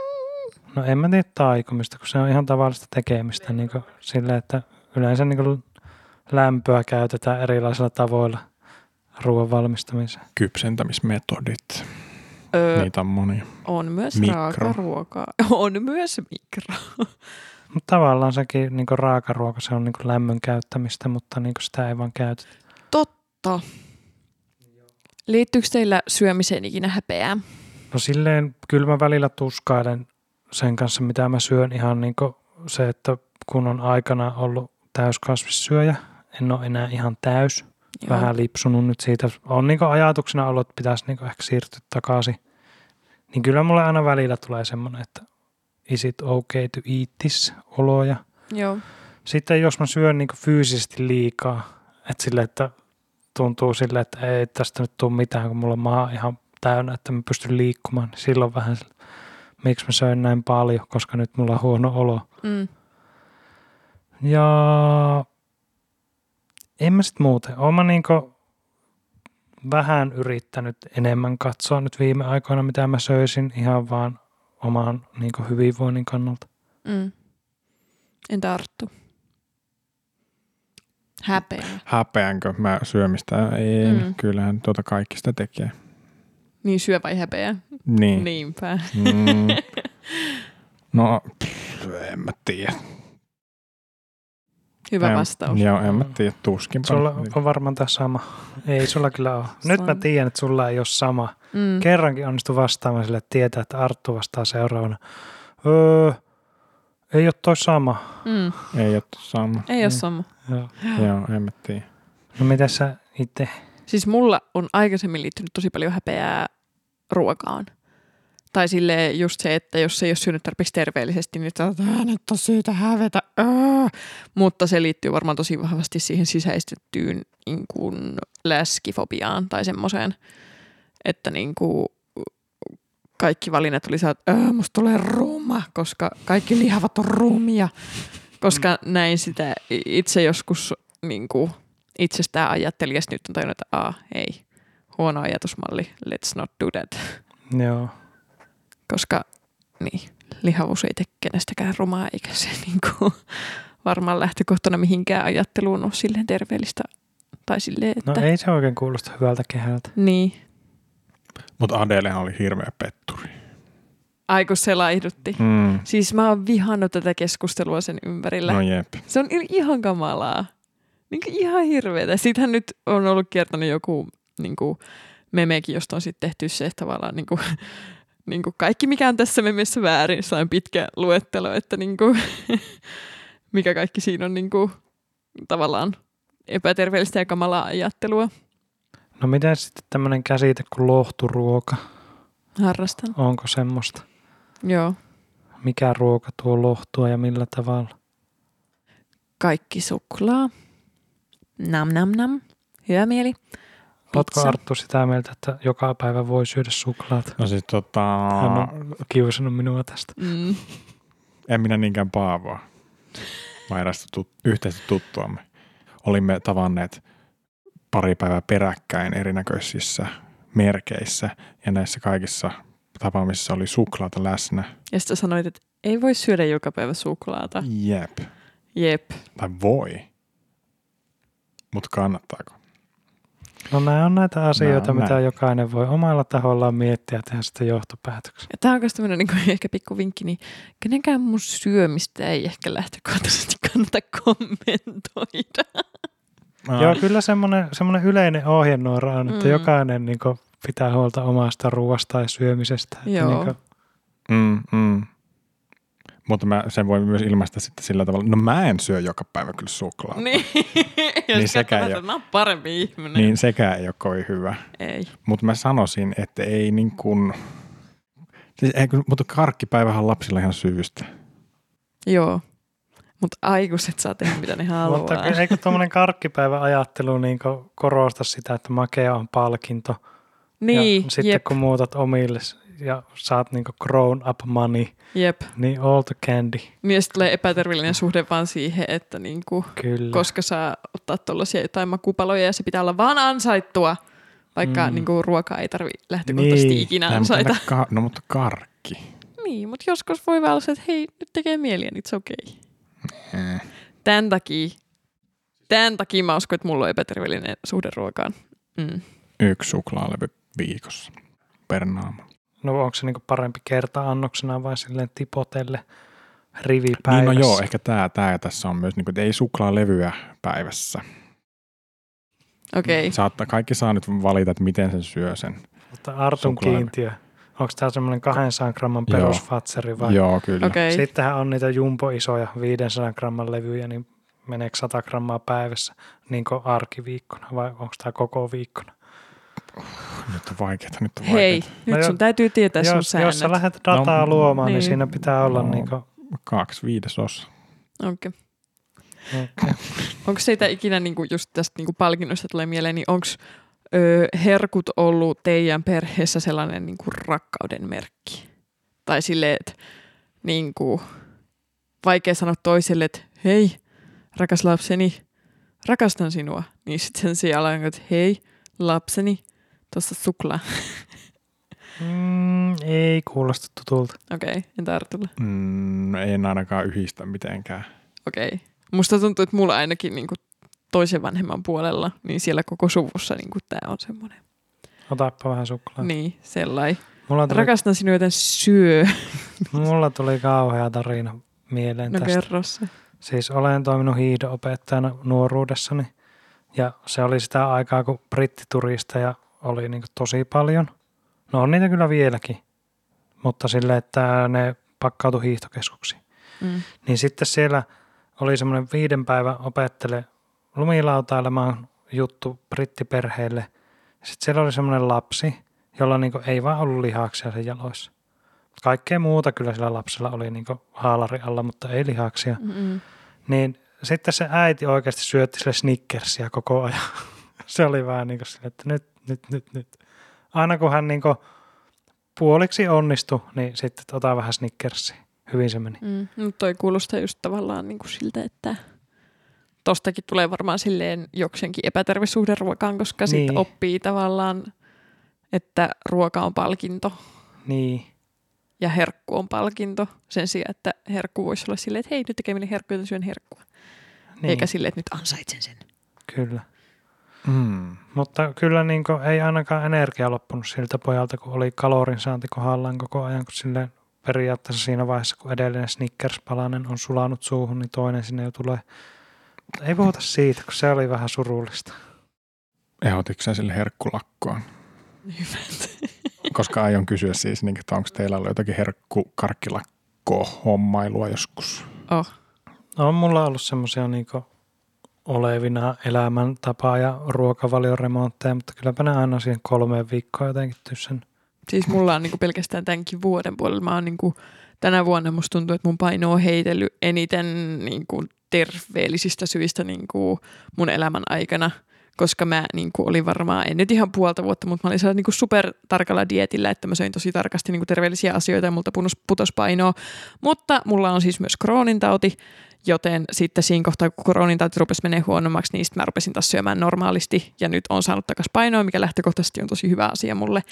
[SPEAKER 3] No en mä tiedä taikomista, kun se on ihan tavallista tekemistä niin sille, että yleensä niin lämpöä käytetään erilaisilla tavoilla ruoan valmistamiseen.
[SPEAKER 2] Kypsentämismetodit,
[SPEAKER 1] Öö,
[SPEAKER 3] Niin.
[SPEAKER 2] niitä on monia.
[SPEAKER 1] On myös
[SPEAKER 2] Mikro.
[SPEAKER 1] raakaruokaa. On myös mikro.
[SPEAKER 3] Mutta tavallaan sekin niin raakaruoka, se on niin lämmön käyttämistä, mutta niin sitä ei vaan käytetä.
[SPEAKER 1] Totta. Liittyykö teillä syömiseen ikinä häpeää?
[SPEAKER 3] No silleen kyllä mä välillä tuskailen sen kanssa, mitä mä syön ihan niin se, että kun on aikana ollut täyskasvissyöjä, en ole enää ihan täys,
[SPEAKER 1] Joo.
[SPEAKER 3] vähän lipsunut nyt siitä. On niin ajatuksena ollut, että pitäisi niin ehkä siirtyä takaisin. Niin kyllä mulle aina välillä tulee semmoinen, että is it okay to eat this oloja.
[SPEAKER 1] Joo.
[SPEAKER 3] Sitten jos mä syön niin fyysisesti liikaa, että sille, että tuntuu sille, että ei tästä nyt tule mitään, kun mulla on maa ihan täynnä, että mä pystyn liikkumaan, niin silloin vähän sille, miksi mä söin näin paljon, koska nyt mulla on huono olo.
[SPEAKER 1] Mm.
[SPEAKER 3] Ja en mä sit muuten. Oon mä niinku vähän yrittänyt enemmän katsoa nyt viime aikoina, mitä mä söisin ihan vaan oman niinku hyvinvoinnin kannalta.
[SPEAKER 1] Mm. En tarttu. Häpeää.
[SPEAKER 2] Häpeänkö mä syömistä? En,
[SPEAKER 1] Mm.
[SPEAKER 2] mm. kyllähän tuota kaikki sitä tekee.
[SPEAKER 1] Niin syö vai häpeää?
[SPEAKER 2] Niin.
[SPEAKER 1] Niinpä. Niin.
[SPEAKER 2] Mm. No, pff, en mä tiedä.
[SPEAKER 1] Hyvä
[SPEAKER 2] En-
[SPEAKER 1] vastaus.
[SPEAKER 2] Joo, en mä tiedä, tuskinpa.
[SPEAKER 3] Sulla on varmaan tämä sama. Ei sulla kyllä ole. Nyt mä
[SPEAKER 1] Sama.
[SPEAKER 3] tiedän, että sulla ei ole sama.
[SPEAKER 1] Mm.
[SPEAKER 3] Kerrankin onnistu vastaamaan sille, että tietää, että Arttu vastaa seuraavana. Öö, ei ole toi sama.
[SPEAKER 1] Mm.
[SPEAKER 2] niin- Ei ole sama.
[SPEAKER 1] Ei ole sama.
[SPEAKER 3] Joo.
[SPEAKER 2] Niin.
[SPEAKER 1] Äh.
[SPEAKER 2] Joo, en mä tiedä.
[SPEAKER 3] No mitä sä itse?
[SPEAKER 1] Siis mulla on aikaisemmin liittynyt tosi paljon häpeää ruokaan. Tai sille just se, että jos se ei ole syönyt tarpeeksi terveellisesti, niin tää nyt on syytä hävetä. Ää. Mutta se liittyy varmaan tosi vahvasti siihen sisäistettyyn niin kuin läskifobiaan tai semmoiseen, että niin kuin kaikki valinnat oli se, että "Ää, musta tulee ruma, koska kaikki lihavat on rumia. Koska näin sitä itse joskus niin kuin itsestään ajattelin ja sit nyt on tajunnut, että aa, ei, huono ajatusmalli, let's not do that,
[SPEAKER 3] Joo.
[SPEAKER 1] koska niin, lihavuus ei tee kenestäkään rumaa eikä se niin kuin, varmaan lähtökohtana mihinkään ajatteluun ole silleen terveellistä tai silleen,
[SPEAKER 3] No
[SPEAKER 1] että
[SPEAKER 3] ei se oikein kuulosta hyvältä kehältä.
[SPEAKER 1] niin,
[SPEAKER 2] Mutta Adelehan oli hirveä petturi.
[SPEAKER 1] aikus se laihdutti.
[SPEAKER 2] Mm.
[SPEAKER 1] Siis mä oon vihannut tätä keskustelua sen ympärillä.
[SPEAKER 2] No jep.
[SPEAKER 1] Se on i- ihan kamalaa. Niin kuin ihan hirveetä. Siitähän nyt on ollut kiertänyt joku niin kuin memekin, josta on sitten tehty se että tavallaan niin kuin, niin kuin kaikki, mikä on tässä memessä väärin. Sain pitkä luettelo, että niin kuin, mikä kaikki siinä on niin kuin, tavallaan epäterveellistä ja kamalaa ajattelua.
[SPEAKER 3] No miten sitten tämmöinen käsite kuin lohturuoka?
[SPEAKER 1] Harrastan.
[SPEAKER 3] Onko semmoista?
[SPEAKER 1] Joo.
[SPEAKER 3] Mikä ruoka tuo lohtua ja millä tavalla?
[SPEAKER 1] Kaikki suklaa. Nam nam nam. Hyvä mieli.
[SPEAKER 3] Oletko
[SPEAKER 1] Pizza.
[SPEAKER 3] Arttu sitä mieltä, että joka päivä voi syödä suklaata?
[SPEAKER 2] No siis tota,
[SPEAKER 3] Hän on kiusannut minua tästä.
[SPEAKER 1] Mm.
[SPEAKER 2] en minä niinkään Paavoa, vaan erästä tut- yhteistä tuttuamme. Olimme tavanneet pari päivää peräkkäin erinäköisissä merkeissä ja näissä kaikissa tapaamisissa oli suklaata läsnä.
[SPEAKER 1] Ja sitten sanoit, että ei voi syödä joka päivä suklaata.
[SPEAKER 2] Jep.
[SPEAKER 1] Jep.
[SPEAKER 2] Tai voi. Mutta kannattaako?
[SPEAKER 3] No nämä on näitä asioita,
[SPEAKER 2] Nää on
[SPEAKER 3] mitä
[SPEAKER 2] näin.
[SPEAKER 3] jokainen voi omalla tahollaan miettiä ja tehdä sitten johtopäätöksen.
[SPEAKER 1] Ja tämä on myös tämmöinen niin ehkä pikku vinkki, niin kenenkään mun syömistä ei ehkä lähtökohtaisesti kannata kommentoida.
[SPEAKER 2] Mä-
[SPEAKER 3] Joo, kyllä semmoinen, semmoinen yleinen ohjenuora on, että
[SPEAKER 1] Mm.
[SPEAKER 3] jokainen niin kuin, pitää huolta omasta ruoasta ja syömisestä. Että
[SPEAKER 1] Joo.
[SPEAKER 3] Niin kuin,
[SPEAKER 2] Mm, mm. Mutta mä sen voi myös ilmaista sitten sillä tavalla, no mä en syö joka päivä kyllä suklaata.
[SPEAKER 1] Niin, jos
[SPEAKER 2] Niin
[SPEAKER 1] niin
[SPEAKER 2] sekään
[SPEAKER 1] katsotaan,
[SPEAKER 2] jo.
[SPEAKER 1] että mä oon parempi ihminen.
[SPEAKER 2] Niin sekään ei ole kovin hyvä.
[SPEAKER 1] Ei.
[SPEAKER 2] Mutta mä sanoisin, että ei niin kuin... Siis ei, kun- mutta karkkipäivähän on lapsilla ihan syystä.
[SPEAKER 1] Joo. Mutta aikuiset saa tehdä mitä ne haluaa.
[SPEAKER 3] Mutta ky- eikö tuommoinen karkkipäivä ajattelu niin korosta sitä, että makea on palkinto.
[SPEAKER 1] niin,
[SPEAKER 3] ja sitten
[SPEAKER 1] jep,
[SPEAKER 3] kun muutat omille ja saat niin grown up money,
[SPEAKER 1] jep.
[SPEAKER 3] niin all the candy.
[SPEAKER 1] Mies tulee epäterveellinen suhde vaan siihen, että niinku,
[SPEAKER 3] Kyllä.
[SPEAKER 1] koska saa ottaa tuollaisia jotain makupaloja ja se pitää olla vaan ansaittua, vaikka
[SPEAKER 3] Mm.
[SPEAKER 1] niinku, ruokaa ei tarvi lähtökohtaisesti
[SPEAKER 3] Niin.
[SPEAKER 1] ikinä
[SPEAKER 2] Näin, mutta
[SPEAKER 1] ansaita.
[SPEAKER 2] entä Ka- no mutta karkki.
[SPEAKER 1] Niin, mutta joskus voi vaan olla se, että hei, nyt tekee mieli ja nyt se okei. Okay.
[SPEAKER 2] Eh.
[SPEAKER 1] Tämän takia, tämän takia mä uskon, että mulla on epäterveellinen suhde ruokaan. Mm.
[SPEAKER 2] Yksi suklaalevy viikossa per naama.
[SPEAKER 3] No onko se niin parempi kerta-annoksena vai silleen tipotelle rivipäivässä?
[SPEAKER 2] Niin no joo, ehkä tämä tää tässä on myös, niin kuin, että ei suklaalevyä päivässä.
[SPEAKER 1] Okei.
[SPEAKER 3] Niin,
[SPEAKER 2] Saattaa, kaikki saa nyt valita, että miten sen syö sen.
[SPEAKER 3] Mutta Artun
[SPEAKER 2] suklaalevyä.
[SPEAKER 3] kiintiö. Onko tämä semmoinen 200 gramman
[SPEAKER 2] Joo.
[SPEAKER 3] perusfatseri vai?
[SPEAKER 2] Joo, kyllä.
[SPEAKER 1] Okei.
[SPEAKER 3] Sittenhän on niitä jumbo-isoja 500 gramman levyjä, niin meneekö 100 grammaa päivässä niin arkiviikkona vai onko tämä koko viikkona?
[SPEAKER 2] Nyt on vaikeeta, nyt on
[SPEAKER 1] Hei,
[SPEAKER 2] vaikeeta.
[SPEAKER 1] nyt
[SPEAKER 3] No
[SPEAKER 1] sun täytyy tietää sun
[SPEAKER 3] Jos,
[SPEAKER 1] säännöt.
[SPEAKER 3] jos sä lähdet dataa
[SPEAKER 2] No,
[SPEAKER 3] luomaan, niin.
[SPEAKER 1] niin.
[SPEAKER 3] siinä pitää olla
[SPEAKER 2] No.
[SPEAKER 3] no. niin kuin,
[SPEAKER 2] Kaksi viidesosa.
[SPEAKER 1] Okei. Onko teitä ikinä niinku just tästä niinku palkinnosta tulee mieleen, niin onko herkut ollut teidän perheessä sellainen niinku rakkauden merkki? Tai silleen, että niinku, vaikea sanoa toiselle, että hei, rakas lapseni, rakastan sinua. Niin sitten sen sijaan, että hei, lapseni, tuossa suklaa.
[SPEAKER 3] mm, ei kuulosta tutulta.
[SPEAKER 1] Okei, okay, entä Artulla?
[SPEAKER 2] Mm, en ainakaan yhdistä mitenkään.
[SPEAKER 1] Okei. Okay. Musta tuntuu, että mulla ainakin niinku toisen vanhemman puolella, niin siellä koko suvussa niinku tämä on semmoinen.
[SPEAKER 3] Otappa vähän suklaata. Niin.
[SPEAKER 1] Niin, sellainen.
[SPEAKER 3] Mulla tuli
[SPEAKER 1] Rakastan sinua, joten syö.
[SPEAKER 3] Mulla tuli kauhea tarina mieleen
[SPEAKER 1] No
[SPEAKER 3] tästä.
[SPEAKER 1] kerro se.
[SPEAKER 3] Siis olen toiminut hiihdoopettajana nuoruudessani ja se oli sitä aikaa, kun brittituristeja oli niin tosi paljon. No on niitä kyllä vieläkin, mutta sille, että ne pakkautui hiihtokeskuksiin.
[SPEAKER 1] Mm.
[SPEAKER 3] Niin sitten siellä oli semmoinen viiden päivän opettele lumilautailemaan juttu brittiperheelle. Sitten siellä oli semmoinen lapsi, jolla niin ei vaan ollut lihaksia sen jaloissa. Kaikkea muuta kyllä sillä lapsella oli niin haalari alla, mutta ei lihaksia.
[SPEAKER 1] Mm-mm.
[SPEAKER 3] Niin sitten se äiti oikeasti syötti sille Snickersia koko ajan. se oli vähän niin kuin sille, että nyt, nyt, nyt, nyt. Aina kun hän niin kuin puoliksi onnistui, niin sitten että ota vähän Snickersia. Hyvin se meni.
[SPEAKER 1] Mm. No toi kuulostaa just tavallaan niinku siltä, että tostakin tulee varmaan silleen jokseenkin epäterveyssuhde ruokaan, koska niin.
[SPEAKER 3] Niin.
[SPEAKER 1] sitten oppii tavallaan, että ruoka on palkinto
[SPEAKER 3] Niin.
[SPEAKER 1] ja herkku on palkinto sen sijaan, että herkku voisi olla silleen, että hei, nyt tekee mieli herkku, joten syön herkkua.
[SPEAKER 3] niin.
[SPEAKER 1] Niin. Eikä silleen, että nyt ansaitsen sen.
[SPEAKER 3] Kyllä.
[SPEAKER 2] Mm.
[SPEAKER 3] Mutta kyllä niin kuin, ei ainakaan energia loppunut siltä pojalta, kun oli kalorin saanti kohdallaan koko ajan, kun sille periaatteessa siinä vaiheessa, kun edellinen Snickers-palanen on sulanut suuhun, niin toinen sinne jo tulee. Mutta ei puhuta siitä, kun se oli vähän surullista.
[SPEAKER 2] Ehdotitko sä sille herkkulakkoon?
[SPEAKER 1] Hyvät.
[SPEAKER 2] Koska aion kysyä siis, niin, että onko teillä ollut jotakin herkkukarkkilakkoa hommailua joskus?
[SPEAKER 3] No, on mulla ollut semmoisia niin olevina elämäntapaa ja ruokavalioremontteja, mutta kylläpä ne aina siihen kolmeen viikkoon jotenkin tyssän.
[SPEAKER 1] Siis mulla on niinku pelkästään tämänkin vuoden puolella. Mä oon niinku, tänä vuonna musta tuntuu, että mun paino on heitellyt eniten niinku terveellisistä syistä niinku mun elämän aikana. koska mä niin kuin, olin varmaan, en nyt ihan puolta vuotta, mutta mä olin sellainen niin supertarkalla dietillä, että mä söin tosi tarkasti niin kuin, terveellisiä asioita ja multa punus, putos painoa. Mutta mulla on siis myös Crohnin tauti, joten sitten siinä kohtaa, kun Crohnin tauti rupesi menee huonommaksi, niin sitten mä rupesin taas syömään normaalisti ja nyt on saanut takaisin painoa, mikä lähtökohtaisesti on tosi hyvä asia mulle.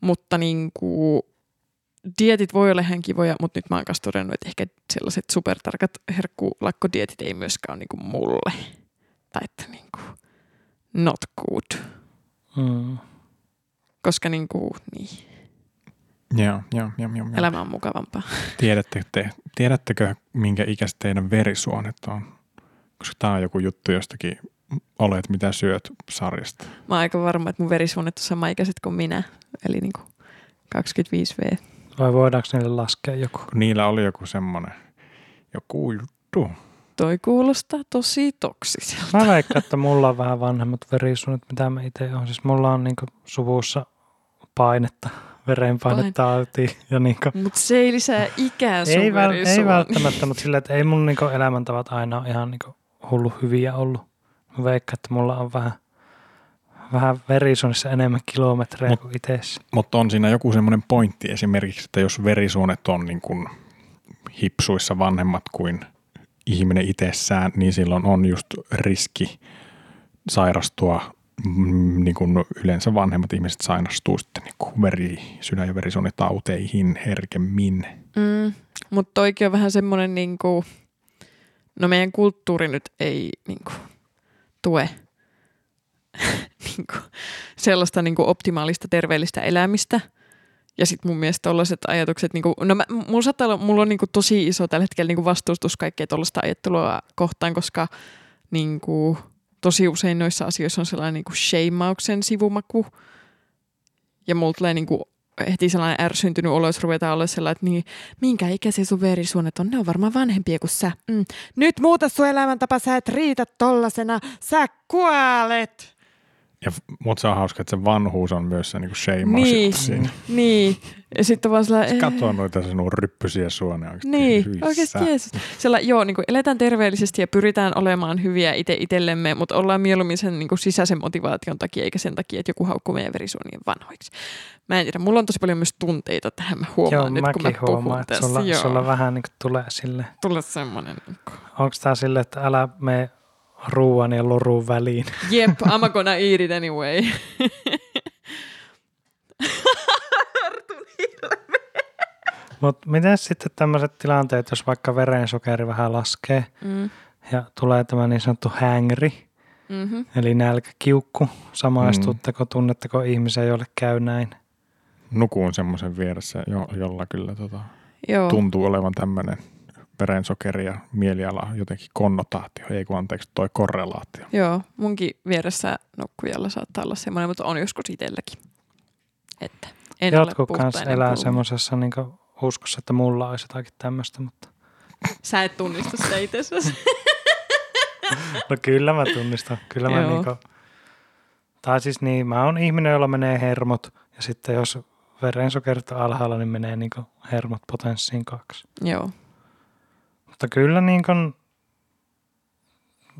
[SPEAKER 1] Mutta niin kuin, dietit voi olla ihan kivoja, mutta nyt mä oon kanssa todennut, että ehkä sellaiset supertarkat herkkulakkodietit ei myöskään ole niin kuin mulle. Tai että niin kuin not good.
[SPEAKER 3] Mm.
[SPEAKER 1] Koska niin kuin, niin,
[SPEAKER 2] Joo, joo, joo, joo. joo.
[SPEAKER 1] elämä on mukavampaa.
[SPEAKER 2] Tiedättekö, te, tiedättekö, minkä ikäiset teidän verisuonet on? Koska tämä on joku juttu jostakin olet, mitä syöt sarjasta.
[SPEAKER 1] Mä oon aika varma, että mun verisuonet on sama ikäiset kuin minä. Eli niin kuin 25V.
[SPEAKER 3] Vai voidaanko niille laskea joku?
[SPEAKER 2] Kun niillä oli joku semmoinen, joku juttu.
[SPEAKER 1] Toi kuulostaa tosi toksiselta.
[SPEAKER 3] Mä veikkaan, että mulla on vähän vanhemmat verisuonet, mitä mä itse olen. Siis mulla on niinku suvussa painetta, verenpainetta tauti ja niinku
[SPEAKER 1] Mutta se ei lisää ikää sun
[SPEAKER 3] ei, väl, ei
[SPEAKER 1] verisuoni.
[SPEAKER 3] välttämättä, mutta sillä, että ei mun niinku elämäntavat aina ole ihan niinku hullu hyviä ollut. Mä veikkaan, että mulla on vähän, vähän verisuonissa enemmän kilometrejä
[SPEAKER 2] Mut-
[SPEAKER 3] kuin itse.
[SPEAKER 2] Mutta on siinä joku semmoinen pointti esimerkiksi, että jos verisuonet on niin kuin hipsuissa vanhemmat kuin ihminen itsessään, niin silloin on just riski sairastua, mm, niin kuin yleensä vanhemmat ihmiset sairastuu sitten niin kuin veri, sydän- ja verisuonitauteihin herkemmin.
[SPEAKER 1] Mm, mutta toikin on vähän semmoinen, niin kuin, no meidän kulttuuri nyt ei niin kuin, tue niin kuin, sellaista niin kuin optimaalista terveellistä elämistä. Ja sitten mun mielestä tollaiset ajatukset, niin kuin, no mä, mulla, saattaa olla, mulla on niin kuin, tosi iso tällä hetkellä niin kuin vastustus kaikkea tuollaista ajattelua kohtaan, koska niin kuin, tosi usein noissa asioissa on sellainen niin kuin shameauksen sivumaku. Ja mulla tulee niin kuin, heti sellainen ärsyntynyt olo, jos ruvetaan olla sellainen, että niin, minkä ikäisiä sun verisuonet on, ne on varmaan vanhempia kuin sä. Mm. Nyt muuta sun elämäntapa, sä et riitä tollasena, sä kuolet.
[SPEAKER 2] Ja, mutta se on hauska, että se vanhuus on myös se niin shame
[SPEAKER 1] Niin.
[SPEAKER 2] siinä.
[SPEAKER 3] Mm.
[SPEAKER 1] Niin, ja sitten on vaan sellainen... eh,
[SPEAKER 2] Katoa noita sinun ryppysiä suonia oikeasti.
[SPEAKER 1] Niin,
[SPEAKER 2] Hyissä.
[SPEAKER 1] oikeasti Jeesus. Sillä, joo, niin kuin eletään terveellisesti ja pyritään olemaan hyviä itse itsellemme, mutta ollaan mieluummin sen niin kuin sisäisen motivaation takia, eikä sen takia, että joku haukkuu meidän verisuonien vanhoiksi. Mä en tiedä, mulla on tosi paljon myös tunteita tähän, mä huomaan
[SPEAKER 3] Joo,
[SPEAKER 1] nyt, kun mä
[SPEAKER 3] mäkin
[SPEAKER 1] puhun
[SPEAKER 3] huomaan, että
[SPEAKER 1] tässä.
[SPEAKER 3] sulla,
[SPEAKER 1] joo,
[SPEAKER 3] sulla vähän niinku tulee sille.
[SPEAKER 1] tulee semmoinen. Niin kuin.
[SPEAKER 3] Onko tämä sille, että älä mene ruuan ja lorun väliin?
[SPEAKER 1] Jep, I'm gonna eat it anyway.
[SPEAKER 3] Mutta miten sitten tämmöiset tilanteet, jos vaikka verensokeri vähän laskee
[SPEAKER 1] Mm.
[SPEAKER 3] ja tulee tämä niin sanottu hängri,
[SPEAKER 1] Mm-hmm.
[SPEAKER 3] Eli nälkäkiukku, samaistutteko, tunnetteko ihmisiä, joille käy näin?
[SPEAKER 2] Nukuun semmoisen vieressä, jo, jolla kyllä tota,
[SPEAKER 1] Joo.
[SPEAKER 2] tuntuu olevan tämmöinen verensokeri ja mieliala jotenkin konnotaatio, ei kun anteeksi toi korrelaatio.
[SPEAKER 1] Joo, munkin vieressä nukkujalla saattaa olla semmoinen, mutta on joskus itselläkin. Että en
[SPEAKER 3] Jotkut
[SPEAKER 1] ole
[SPEAKER 3] kanssa
[SPEAKER 1] puhtainen
[SPEAKER 3] elää
[SPEAKER 1] pulma.
[SPEAKER 3] semmoisessa niin uskossa, että mulla olisi jotakin tämmöistä, mutta
[SPEAKER 1] Sä et tunnista sitä itsessäsi.
[SPEAKER 3] no kyllä mä tunnistan. Kyllä mä
[SPEAKER 1] Joo.
[SPEAKER 3] niin kuin, tai siis niin, mä oon ihminen, jolla menee hermot ja sitten jos verensokerit on alhaalla, niin menee niin hermot potenssiin kaksi.
[SPEAKER 1] Joo.
[SPEAKER 3] Mutta kyllä niin kuin,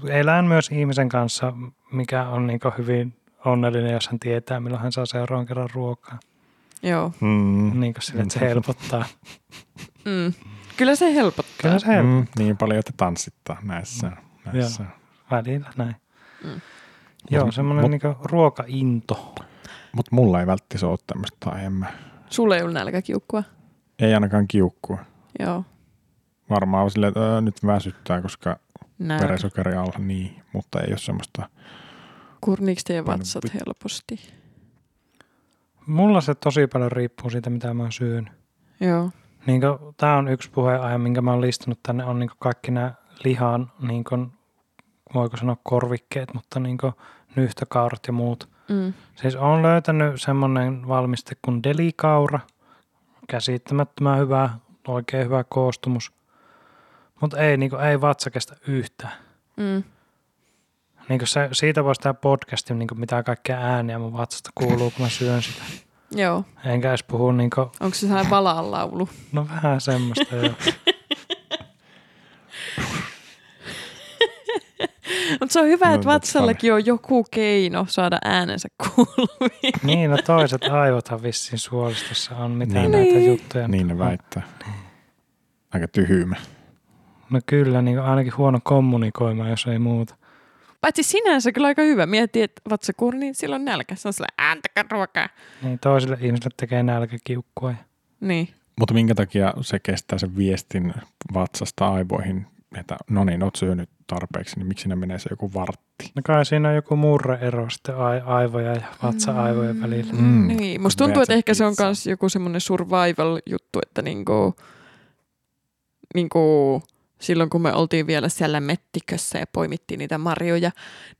[SPEAKER 3] elän myös ihmisen kanssa, mikä on niin hyvin onnellinen, jos hän tietää, milloin hän saa seuraavan kerran ruokaa.
[SPEAKER 1] Joo.
[SPEAKER 2] Mm.
[SPEAKER 3] Niin kuin sille, että se helpottaa.
[SPEAKER 1] Mm. Kyllä se helpottaa.
[SPEAKER 3] Kyllä se helpottaa
[SPEAKER 2] Mm, niin paljon, että tanssittaa näissä. näissä.
[SPEAKER 3] välillä näin.
[SPEAKER 1] Mm.
[SPEAKER 3] Joo,
[SPEAKER 2] Mut-
[SPEAKER 3] semmoinen
[SPEAKER 2] mut-
[SPEAKER 3] niinku ruokainto.
[SPEAKER 2] Mutta mulla ei välttis ole tämmöistä, tai en mä.
[SPEAKER 1] Sulle ei ollut nälkäkiukkua.
[SPEAKER 2] Ei ainakaan kiukkua.
[SPEAKER 1] Joo.
[SPEAKER 2] Varmaan on silleen, että öö, nyt väsyttää, koska
[SPEAKER 1] Nälkä.
[SPEAKER 2] verensokeri alla, niin, mutta ei ole semmoista.
[SPEAKER 1] Kurniks teidän
[SPEAKER 2] Paino-
[SPEAKER 1] vatsat helposti?
[SPEAKER 3] Mulla se tosi paljon riippuu siitä, mitä mä syön.
[SPEAKER 1] Joo.
[SPEAKER 3] Niin tämä on yksi puheenaihe, minkä mä oon listannut tänne, on niinku kaikki nämä lihan, niin kuin, voiko sanoa korvikkeet, mutta niinku nyhtökaurat ja muut.
[SPEAKER 1] Mm.
[SPEAKER 3] Siis on löytänyt semmoinen valmiste kuin delikaura. Käsittämättömän hyvä, oikein hyvä koostumus. Mutta ei, niinku, ei vatsa kestä yhtään.
[SPEAKER 1] Mm.
[SPEAKER 3] Niin se, siitä voisi tehdä podcastin, niin mitä kaikkea ääniä mun vatsasta kuuluu, kun mä syön sitä.
[SPEAKER 1] Joo.
[SPEAKER 3] Enkä edes puhu, niin kuin,
[SPEAKER 1] Onko se sellainen valaanlaulu?
[SPEAKER 3] no vähän semmoista. jo.
[SPEAKER 1] Mutta se on hyvä,
[SPEAKER 2] No,
[SPEAKER 1] että vatsallakin on joku keino saada äänensä kuuluviin.
[SPEAKER 3] Niin, no toiset aivothan vissiin suolistossa on mitään
[SPEAKER 2] Niin.
[SPEAKER 3] näitä
[SPEAKER 1] Niin.
[SPEAKER 3] juttuja.
[SPEAKER 2] Niin ne väittää. Aika tyhjymä.
[SPEAKER 3] No kyllä, niin ainakin huono kommunikoima, jos ei muuta.
[SPEAKER 1] Paitsi sinänsä kyllä aika hyvä. Miettii, että vatsakuuri, niin silloin nälkä. Se on sillä ääntäkää ruokaa.
[SPEAKER 3] Niin toisille ihmisille tekee nälkäkiukkua. ja-
[SPEAKER 1] Niin.
[SPEAKER 2] Mutta minkä takia se kestää sen viestin vatsasta aivoihin, että no niin, oot syönyt tarpeeksi, niin miksi ne menee se joku vartti?
[SPEAKER 3] No kai siinä on joku murreero sitten ai- aivoja ja vatsa-aivojen välillä.
[SPEAKER 2] Mm,
[SPEAKER 1] Niin.
[SPEAKER 2] kun
[SPEAKER 1] Musta tuntuu,
[SPEAKER 2] vedät
[SPEAKER 1] että
[SPEAKER 2] sen
[SPEAKER 1] ehkä se on
[SPEAKER 2] pizzan.
[SPEAKER 1] myös joku semmoinen survival-juttu, että niinku, niinku, silloin kun me oltiin vielä siellä mettikössä ja poimittiin niitä marjoja,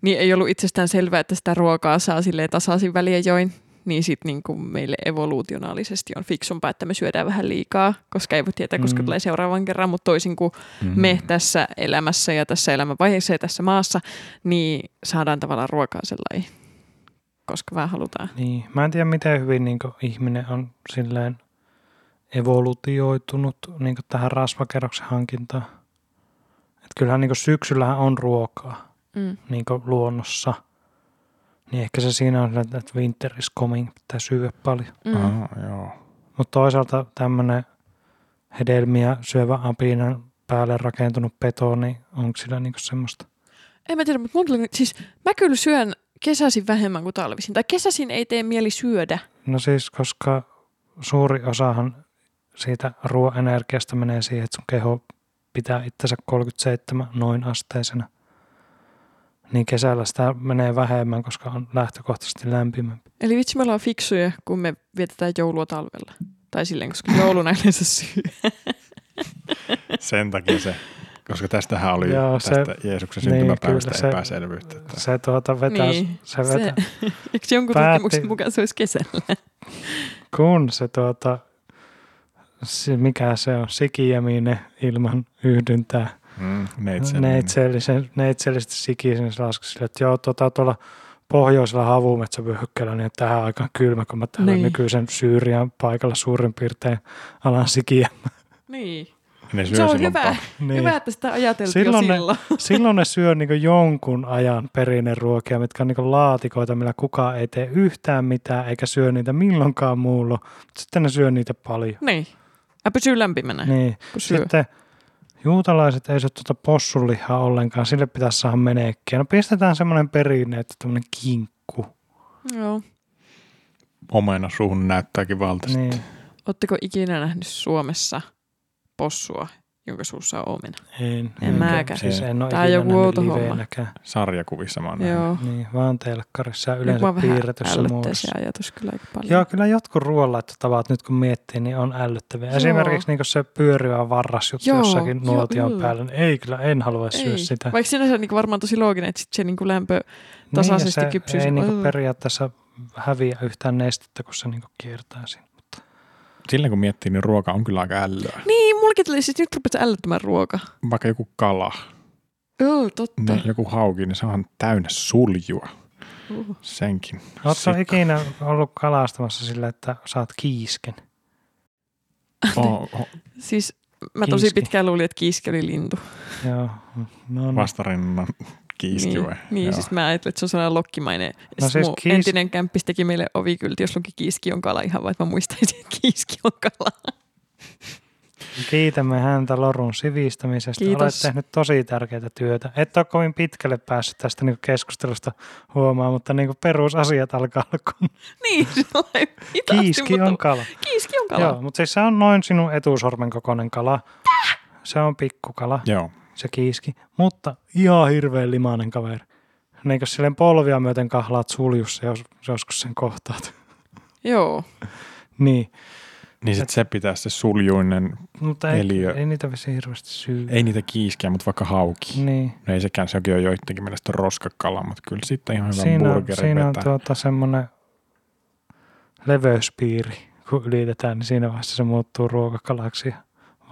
[SPEAKER 1] niin ei ollut itsestään selvää, että sitä ruokaa saa silleen tasaisin väliajoin. Niin sitten niinku meille evoluutionaalisesti on fiksumpaa, että me syödään vähän liikaa, koska ei voi tietää, koska
[SPEAKER 3] Mm.
[SPEAKER 1] tulee seuraavan kerran, mutta toisin kuin
[SPEAKER 2] Mm.
[SPEAKER 1] me tässä elämässä ja tässä elämänvaiheessa ja tässä maassa, niin saadaan tavallaan ruokaa sellainen, koska vähän halutaan.
[SPEAKER 3] Niin, mä en tiedä miten hyvin niin ihminen on silleen evolutioitunut niin tähän rasvakerroksen hankintaan. Et kyllähän niin syksyllähän on ruokaa
[SPEAKER 1] Mm.
[SPEAKER 3] niin luonnossa. Niin ehkä se siinä on, silleen, että että winter is coming, pitää syödä paljon.
[SPEAKER 1] Mm.
[SPEAKER 2] Ah, joo.
[SPEAKER 3] Mutta toisaalta tämmöinen hedelmiä syövä apinan päälle rakentunut peto, niin onko sillä niinku semmoista?
[SPEAKER 1] En mä tiedä, mutta mun tuli, siis mä kyllä syön kesäisin vähemmän kuin talvisin. Tai kesäisin ei tee mieli syödä.
[SPEAKER 3] No siis, koska suuri osahan siitä ruoaenergiasta menee siihen, että sun keho pitää itsensä 37 noin asteisena. Niin kesällä sitä menee vähemmän, koska on lähtökohtaisesti lämpimämpi.
[SPEAKER 1] Eli vitsi, me ollaan fiksuja, kun me vietetään joulua talvella. Tai silleen, koska jouluna yleensä syö.
[SPEAKER 2] Sen takia se, koska tästähän oli
[SPEAKER 3] Joo, se-
[SPEAKER 2] tästä Jeesuksen
[SPEAKER 3] niin,
[SPEAKER 2] syntymäpäivästä
[SPEAKER 3] kyllä se-
[SPEAKER 2] epäselvyyttä. Että
[SPEAKER 3] Se tuota vetää,
[SPEAKER 1] Niin,
[SPEAKER 3] niin, se vetää. Se.
[SPEAKER 1] Eikö jonkun
[SPEAKER 3] Päätti-
[SPEAKER 1] tutkimuksen mukaan se olisi kesällä?
[SPEAKER 3] kun se tuota, se, mikä se on, sikiäminen ilman yhdyntää.
[SPEAKER 2] mm,
[SPEAKER 1] No,
[SPEAKER 2] neitsellinen.
[SPEAKER 3] neitsellisen, neitsellisesti sikisen se laski sille, että joo, tuota, tuolla pohjoisella havumetsävyöhykkeellä, niin tähän aikaan kylmä, kun mä täällä
[SPEAKER 1] Niin.
[SPEAKER 3] nykyisen Syyrian paikalla suurin piirtein alan sikiä.
[SPEAKER 1] Niin.
[SPEAKER 2] Ne syö
[SPEAKER 1] Se on
[SPEAKER 2] silloin
[SPEAKER 1] hyvä.
[SPEAKER 2] pa-
[SPEAKER 1] Niin.
[SPEAKER 3] Niin.
[SPEAKER 1] Hyvä, että sitä ajateltiin
[SPEAKER 3] Silloin
[SPEAKER 1] jo
[SPEAKER 3] ne-
[SPEAKER 1] silloin.
[SPEAKER 3] Silloin ne syö niin jonkun ajan perinneruokia, mitkä on niin laatikoita, millä kukaan ei tee yhtään mitään, eikä syö niitä milloinkaan muulla. Sitten ne syö niitä paljon.
[SPEAKER 1] Niin. Ja pysyy lämpimänä, niin.
[SPEAKER 3] Niin.
[SPEAKER 1] kun syö.
[SPEAKER 3] Sitten juutalaiset ei syö tuota possulihaa ollenkaan, sille pitäisi saada menekkiä. No pistetään semmoinen perinne, että tämmöinen kinkku.
[SPEAKER 1] Joo.
[SPEAKER 2] omena suuhun näyttääkin valtaisesti.
[SPEAKER 3] Niin.
[SPEAKER 1] Oletteko ikinä nähnyt Suomessa possua, jonka suussa on omena?
[SPEAKER 3] En,
[SPEAKER 1] En mäkään.
[SPEAKER 3] Siis en ole
[SPEAKER 1] Tää on
[SPEAKER 3] ikinä
[SPEAKER 1] joku
[SPEAKER 3] nähnyt
[SPEAKER 1] outo homma.
[SPEAKER 3] liveenäkään.
[SPEAKER 2] Sarjakuvissa mä oon nähnyt.
[SPEAKER 1] Joo.
[SPEAKER 3] Niin, vaan telkkarissa ja
[SPEAKER 1] Nyt
[SPEAKER 3] yleensä
[SPEAKER 1] mua vähän
[SPEAKER 3] piirretyssä
[SPEAKER 1] ällöttää
[SPEAKER 3] muodossa.
[SPEAKER 1] se ajatus kyllä aika paljon.
[SPEAKER 3] Joo, kyllä jotkut ruoanlaittotavat nyt kun miettii, niin on ällöttäviä.
[SPEAKER 1] Joo.
[SPEAKER 3] Esimerkiksi niin se pyörivä varras juttu
[SPEAKER 1] Joo,
[SPEAKER 3] jossakin
[SPEAKER 1] joo,
[SPEAKER 3] nuotion
[SPEAKER 1] mm.
[SPEAKER 3] päällä. niin Ei kyllä, en halua syödä
[SPEAKER 1] Ei.
[SPEAKER 3] sitä.
[SPEAKER 1] Vaikka sinänsä niin varmaan tosi looginen, että sit se niin lämpö
[SPEAKER 3] Niin, ja
[SPEAKER 1] tasaisesti
[SPEAKER 3] se
[SPEAKER 1] kypsyy.
[SPEAKER 3] Ei
[SPEAKER 1] sen-
[SPEAKER 3] niin
[SPEAKER 1] Mm.
[SPEAKER 3] periaatteessa häviä yhtään nestettä, kun se niin kiertää siinä.
[SPEAKER 2] Sillä kun miettii, niin ruoka on kyllä aika ällöä.
[SPEAKER 1] Niin, mulki tuli siis nyt rupeaa ällöttämään ruoka.
[SPEAKER 2] Vaikka joku kala,
[SPEAKER 1] Joo, totta.
[SPEAKER 2] niin joku hauki, niin se on täynnä suljua.
[SPEAKER 1] Uh.
[SPEAKER 2] Senkin.
[SPEAKER 3] Oletko
[SPEAKER 2] Sikka.
[SPEAKER 3] ikinä ollut kalastamassa sillä, että saat kiisken?
[SPEAKER 2] Oh, oh,
[SPEAKER 1] Siis mä tosi
[SPEAKER 3] Kiiski.
[SPEAKER 1] pitkään luulin, että kiiski oli lintu.
[SPEAKER 3] Joo. No, no.
[SPEAKER 2] vastarinnan kiiski
[SPEAKER 1] Niin,
[SPEAKER 2] vai?
[SPEAKER 1] niin
[SPEAKER 2] Joo.
[SPEAKER 1] siis mä ajattelin, että se on sellainen lokkimainen. No
[SPEAKER 3] No
[SPEAKER 1] siis
[SPEAKER 3] siis
[SPEAKER 1] mun
[SPEAKER 3] kiis-
[SPEAKER 1] entinen kämppis teki meille ovikylti, jos luki kiiski on kala ihan vaan, että mä muistaisin, että kiiski on kala.
[SPEAKER 3] Kiitämme häntä Lorun sivistämisestä.
[SPEAKER 1] Kiitos.
[SPEAKER 3] Olet tehnyt tosi tärkeää työtä. Et ole kovin pitkälle päässyt tästä niinku keskustelusta huomaa, mutta niinku perusasiat alkaa olla kun
[SPEAKER 1] Niin, sellainen hitaasti,
[SPEAKER 3] kiiski on
[SPEAKER 1] mutta-
[SPEAKER 3] kala.
[SPEAKER 1] Kiiski on kala.
[SPEAKER 3] kala. Joo, mutta siis se on noin sinun etusormen kokoinen kala. Se on pikkukala,
[SPEAKER 2] Joo.
[SPEAKER 3] se kiiski, mutta ihan hirveän limainen kaveri. Niin jos silleen polvia myöten kahlaat suljussa, jos joskus sen kohtaat.
[SPEAKER 1] Joo.
[SPEAKER 3] Niin,
[SPEAKER 2] Niin sit se pitää se suljuinen,
[SPEAKER 3] mutta ei,
[SPEAKER 2] Eliö.
[SPEAKER 3] ei niitä vissi hirveästi syy.
[SPEAKER 2] ei niitä kiiskiä, mutta vaikka hauki.
[SPEAKER 1] Mm.
[SPEAKER 3] Niin.
[SPEAKER 2] No ei sekään, sekin on joidenkin mielestä roskakala, mutta kyllä sitten ihan hyvä
[SPEAKER 3] siinä, on-
[SPEAKER 2] burgeri
[SPEAKER 3] siinä on
[SPEAKER 2] vetää.
[SPEAKER 3] tuota semmoinen leveyspiiri, kun ylitetään, niin siinä vaiheessa se muuttuu ruokakalaksi ja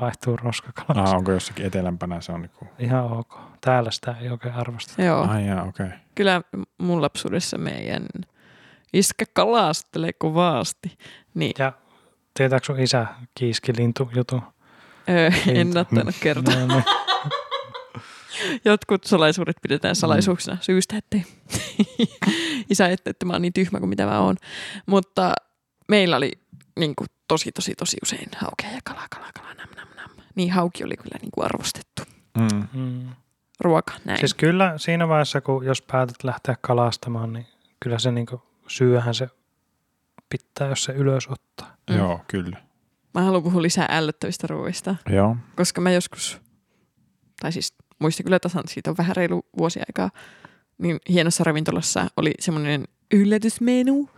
[SPEAKER 3] vaihtuu roskakalaksi.
[SPEAKER 2] Ah,
[SPEAKER 3] Aa.
[SPEAKER 2] onko jossakin etelämpänä se on niinku...
[SPEAKER 3] Ihan ok. Täällä sitä ei oikein arvosteta.
[SPEAKER 1] Joo.
[SPEAKER 2] Ai jaa, okei. Okay.
[SPEAKER 1] kyllä mun lapsuudessa meidän iskä kalastelee kovasti. Niin,
[SPEAKER 3] Ja tietääkö sun isä kiiskilintu jutu?
[SPEAKER 1] öö, en
[SPEAKER 3] Kiitos.
[SPEAKER 1] ottanut kertoa.
[SPEAKER 3] No, niin.
[SPEAKER 1] Jotkut salaisuudet pidetään salaisuuksina syystä, ettei isä ette, että mä oon niin tyhmä kuin mitä mä oon. Mutta meillä oli niin kuin, tosi, tosi, tosi usein haukea ja kala, kala, kala, nam, nam, nam. Niin hauki oli kyllä niin kuin arvostettu
[SPEAKER 2] Mm.
[SPEAKER 3] Mm.
[SPEAKER 1] ruoka. Näin.
[SPEAKER 3] Siis kyllä siinä vaiheessa, kun jos päätät lähteä kalastamaan, niin kyllä se niinku syyhän se pitää, jos se ylös ottaa.
[SPEAKER 1] Mm.
[SPEAKER 2] Joo, kyllä.
[SPEAKER 1] Mä haluan puhua lisää ällöttävistä ruoista,
[SPEAKER 2] Joo.
[SPEAKER 1] koska mä joskus, tai siis muistin kyllä tasan, siitä on vähän reilu vuosi aikaa, niin hienossa ravintolassa oli semmoinen yllätysmenu,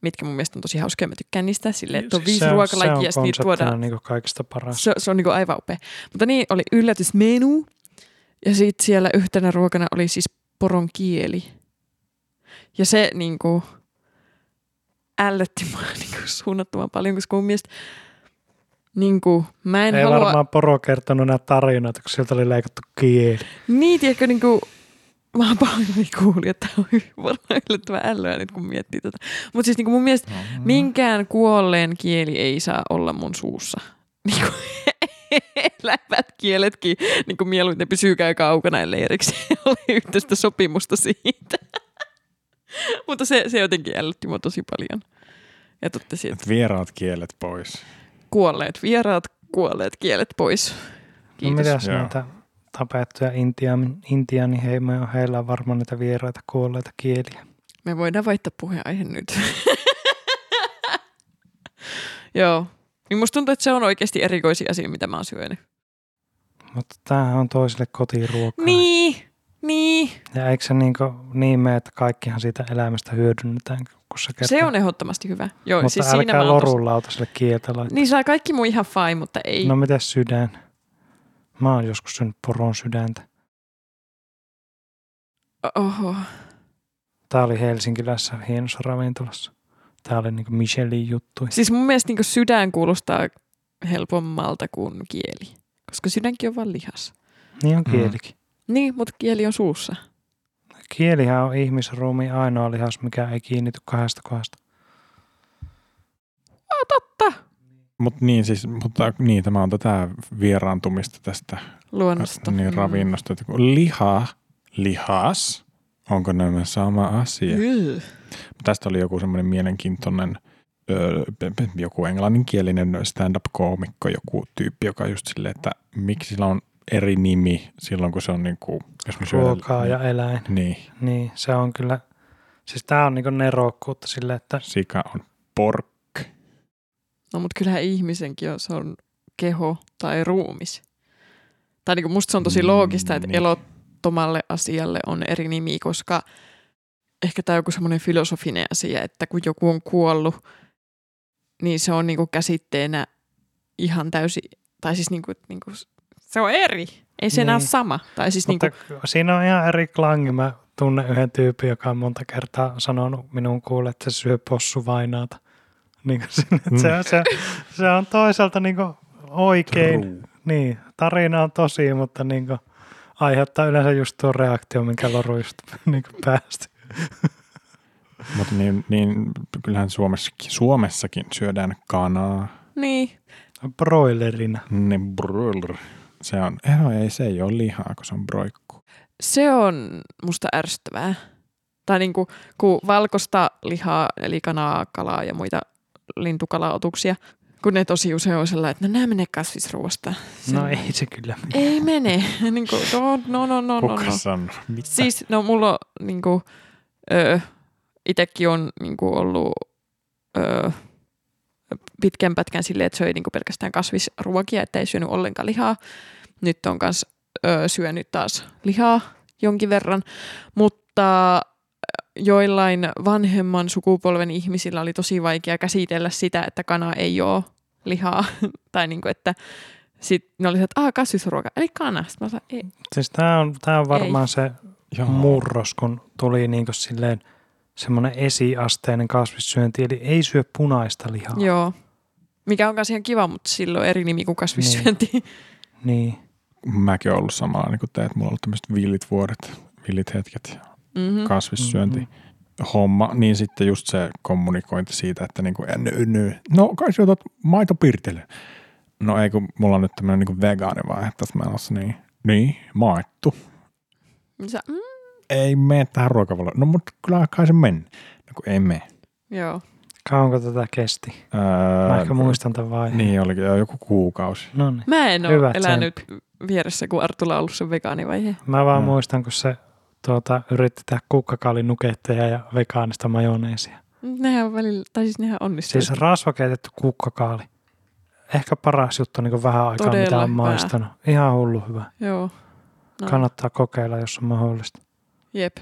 [SPEAKER 1] mitkä mun mielestä on tosi hauskoja. Mä tykkään niistä silleen, että on viisi
[SPEAKER 3] se
[SPEAKER 1] ruokalajia ja sitten niitä tuodaan
[SPEAKER 3] niinku kaikista paras.
[SPEAKER 1] Se, se on niinku aivan upea. Mutta niin, oli yllätysmenu. Ja sitten siellä yhtenä ruokana oli siis poron kieli. Ja se niinku ällötti mua niinku suunnattoman paljon, koska mun mielestä niinku, mä en
[SPEAKER 3] Ei
[SPEAKER 1] halua...
[SPEAKER 3] varmaan poro kertonut nämä tarinat, kun sieltä oli leikattu kieli.
[SPEAKER 1] Niin, tiedätkö, niinku, mä oon paljon kuulin, että tämä on varmaan yllättävän ällöä nyt, kun miettii tätä. Mutta siis niinku mun mielestä
[SPEAKER 2] Mm.
[SPEAKER 1] Minkään kuolleen kieli ei saa olla mun suussa. Niin kuin elävät kieletkin, niin kuin mieluiten pysyykää kaukana, ellei erikseen ole yhteistä sopimusta siitä. Mutta se, se jotenkin ällötti mua tosi paljon. Ja totesi, että
[SPEAKER 2] Et vieraat kielet pois.
[SPEAKER 1] kuolleet vieraat, kuolleet kielet pois.
[SPEAKER 3] No
[SPEAKER 1] Kiitos.
[SPEAKER 3] mitäs
[SPEAKER 2] Joo.
[SPEAKER 3] näitä tapettuja intiaan, intiaaniheimoja on? Heillä on varmaan niitä vieraita kuolleita kieliä.
[SPEAKER 1] Me voidaan vaihtaa puheenaihe nyt. Joo. Niin musta tuntuu, että se on oikeasti erikoisia asia, mitä mä oon syönyt.
[SPEAKER 3] Mutta tämähän on toisille kotiruokaa.
[SPEAKER 1] Niin, niin.
[SPEAKER 3] Ja eikö se niin, niin mene, että kaikkihan siitä elämästä hyödynnetään, kun sä kertoo.
[SPEAKER 1] Se on ehdottomasti hyvä. Joo,
[SPEAKER 3] Mutta
[SPEAKER 1] siis
[SPEAKER 3] älkää
[SPEAKER 1] siinä mä oon tos-
[SPEAKER 3] lorulautaselle kieltä laittaa.
[SPEAKER 1] Niin saa kaikki muu ihan fine, mutta ei.
[SPEAKER 3] No
[SPEAKER 1] No.
[SPEAKER 3] miten sydän? Mä oon joskus syönyt poron sydäntä.
[SPEAKER 1] Oho.
[SPEAKER 3] Tää oli Helsinkilässä hienossa ravintolassa. Tää oli niinku Michelin juttu.
[SPEAKER 1] Siis mun mielestä niin sydän kuulostaa helpommalta kuin kieli, koska sydänkin on vaan lihas.
[SPEAKER 3] Niin on
[SPEAKER 2] Mm.
[SPEAKER 3] kielikin.
[SPEAKER 1] Niin, mutta kieli on suussa.
[SPEAKER 3] Kielihän on ihmisruumiin ainoa lihas, mikä ei kiinnity kahdesta kohdasta.
[SPEAKER 1] Oh, totta.
[SPEAKER 2] Mut niin, siis, mutta niin, tämä on tätä vieraantumista tästä
[SPEAKER 1] Luonnosta. Mm.
[SPEAKER 2] niin, ravinnosta. Että kun Liha, lihas, onko nämä sama asia?
[SPEAKER 1] Mm.
[SPEAKER 2] Tästä oli joku semmoinen mielenkiintoinen öö, pe- pe- joku englanninkielinen stand-up-koomikko, joku tyyppi, joka just silleen, että miksi sillä on eri nimi silloin, kun se on niin kuin, jos me syödään-
[SPEAKER 3] Ruokaa ja eläin.
[SPEAKER 2] Niin,
[SPEAKER 3] Niin, se on kyllä... Siis tää on niinku nerokkuutta sille, että
[SPEAKER 2] sika on pork.
[SPEAKER 1] No mutta kyllähän ihmisenkin on, se on keho tai ruumis. Tai niin musta se on tosi
[SPEAKER 2] Mm,
[SPEAKER 1] loogista, että
[SPEAKER 2] niin.
[SPEAKER 1] elottomalle asialle on eri nimi, koska ehkä tämä on joku semmoinen filosofinen asia, että kun joku on kuollut, niin se on niinku käsitteenä ihan täysi, tai siis niinku, niinku, se on eri. Ei se enää
[SPEAKER 3] Niin.
[SPEAKER 1] ole sama. Tai siis
[SPEAKER 3] Mutta
[SPEAKER 1] niinku,
[SPEAKER 3] niinku... siinä on ihan eri klangi. Mä tunnen yhden tyypin, joka on monta kertaa sanonut minun kuulle, että se syö possuvainaata. Niin kuin sinne, että se, on, se, se on toisaalta niin kuin oikein.
[SPEAKER 2] True.
[SPEAKER 3] Niin, tarina on tosi, mutta niin kuin aiheuttaa yleensä just tuon reaktio, minkä loruista niin kuin päästy.
[SPEAKER 2] Mutta niin, niin, kyllähän Suomessakin, Suomessakin syödään kanaa.
[SPEAKER 1] niin,
[SPEAKER 3] Broilerina.
[SPEAKER 2] Ne brrr. Se on, ero ei, se ei ole lihaa, kun se on broikku.
[SPEAKER 1] se on musta ärsyttävää. Tai niin kuin, kun valkoista lihaa, eli kanaa, kalaa ja muita lintukalaotuksia, kun ne tosi usein on sellainen, että no nämä menee kasvisruoasta.
[SPEAKER 3] No ei se kyllä.
[SPEAKER 1] Ei mene. niin kuin, no, no, no, no, no,
[SPEAKER 2] Kuka
[SPEAKER 1] no.
[SPEAKER 2] sanoo? Mitä?
[SPEAKER 1] Siis, no mulla on niin kuin, öö, itekin on niin kuin ollut öö, pitkän pätkän silleen, että söi niin kuin pelkästään kasvisruokia, ettei syönyt ollenkaan lihaa. Nyt on kans öö, syönyt taas lihaa jonkin verran, mutta joillain vanhemman sukupolven ihmisillä oli tosi vaikea käsitellä sitä, että kana ei ole lihaa. tai niin kuin, että sit ne oli se, että aah, kasvisruoka, eli kana. Sitten mä sanoin, ei,
[SPEAKER 3] Siis tämä on, tää on varmaan ei. se
[SPEAKER 2] Joo.
[SPEAKER 3] murros, kun tuli niin kuin silleen semmoinen esiasteinen kasvissyönti, eli ei syö punaista lihaa.
[SPEAKER 1] Joo. Mikä on kanssa ihan kiva, mutta silloin eri nimi kuin kasvissyönti. Niin.
[SPEAKER 3] Niin.
[SPEAKER 2] Mäkin oon ollut samalla niin kuin te, että mulla on ollut tämmöiset villit vuodet, villit hetket,
[SPEAKER 3] Mm.
[SPEAKER 1] Mm-hmm.
[SPEAKER 2] kasvissyönti. homma, niin sitten just se kommunikointi siitä, että niin kuin, no kai sä otat maitopirtele. niinku No ei kun mulla on nyt tämmöinen niin vegaanivaihe, että mä en ole se niin, niin, maittu.
[SPEAKER 1] Niin Sä, mm,
[SPEAKER 2] Ei mene tähän ruokavaloon. No mutta kyllä kai se meni. No kun ei mene.
[SPEAKER 1] joo.
[SPEAKER 3] Kauanko tätä kesti? Mä
[SPEAKER 2] Öö,
[SPEAKER 3] ehkä muistan tämän vaiheen.
[SPEAKER 2] Niin olikin, joo, joku kuukausi.
[SPEAKER 3] No niin.
[SPEAKER 1] Mä en ole
[SPEAKER 3] Hyvä
[SPEAKER 1] elänyt vieressä, kun Artulla on ollut se vegaanivaihe.
[SPEAKER 3] Mä vaan
[SPEAKER 2] Mm.
[SPEAKER 3] muistan, kun se tuota, yritti tehdä kukkakaalinuketteja ja vegaanista majoneesia.
[SPEAKER 1] Nehän on välillä, tai siis nehän onnistuu.
[SPEAKER 3] Siis rasvakeitetty kukkakaali. Ehkä paras juttu niin vähän aikaa,
[SPEAKER 1] Todella
[SPEAKER 3] mitä on
[SPEAKER 1] hyvää.
[SPEAKER 3] maistanut. Ihan hullu hyvä.
[SPEAKER 1] Joo. No.
[SPEAKER 3] Kannattaa kokeilla, jos on mahdollista.
[SPEAKER 1] Jep.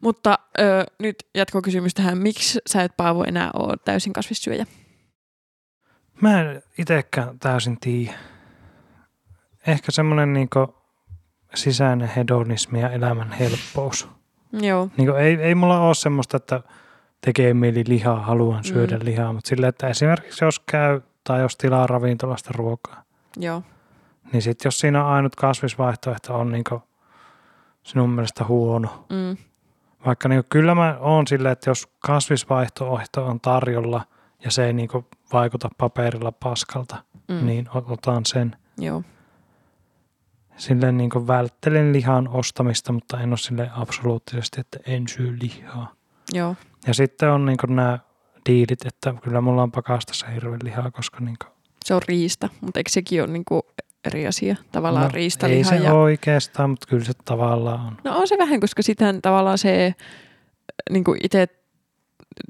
[SPEAKER 1] Mutta ö, nyt jatkokysymys tähän. Miksi sä et Paavo enää ole täysin kasvissyöjä?
[SPEAKER 3] Mä en itsekään täysin tiedä. Ehkä semmoinen niin sisäinen hedonismi ja elämän helppous.
[SPEAKER 1] Joo.
[SPEAKER 3] Niin ei, ei mulla ole semmoista, että tekee mieli lihaa, haluan syödä
[SPEAKER 1] Mm.
[SPEAKER 3] mm. lihaa, mutta sillä, että esimerkiksi jos käy tai jos tilaa ravintolasta ruokaa,
[SPEAKER 1] Joo.
[SPEAKER 3] niin sitten jos siinä ainut kasvisvaihtoehto on niin sinun mielestä huono,
[SPEAKER 1] Mm.
[SPEAKER 3] Vaikka niin kyllä mä oon silleen, että jos kasvisvaihtoehto on tarjolla ja se ei niin vaikuta paperilla paskalta,
[SPEAKER 1] Mm.
[SPEAKER 3] mm. niin o- otan sen.
[SPEAKER 1] Joo.
[SPEAKER 3] Silleen niin välttelen lihan ostamista, mutta en ole silleen absoluuttisesti, että en syö lihaa.
[SPEAKER 1] Joo.
[SPEAKER 3] Ja sitten on niin nämä diilit, että kyllä mulla on pakastassa hirveän lihaa, koska niin
[SPEAKER 1] Se on riista, mutta eikö sekin ole niinku eri asia? Tavallaan no,
[SPEAKER 3] ei
[SPEAKER 1] riistaliha
[SPEAKER 3] se
[SPEAKER 1] ja
[SPEAKER 3] ja... oikeastaan, mutta kyllä se tavallaan on.
[SPEAKER 1] No on se vähän, koska sitähän tavallaan se niin kuin itse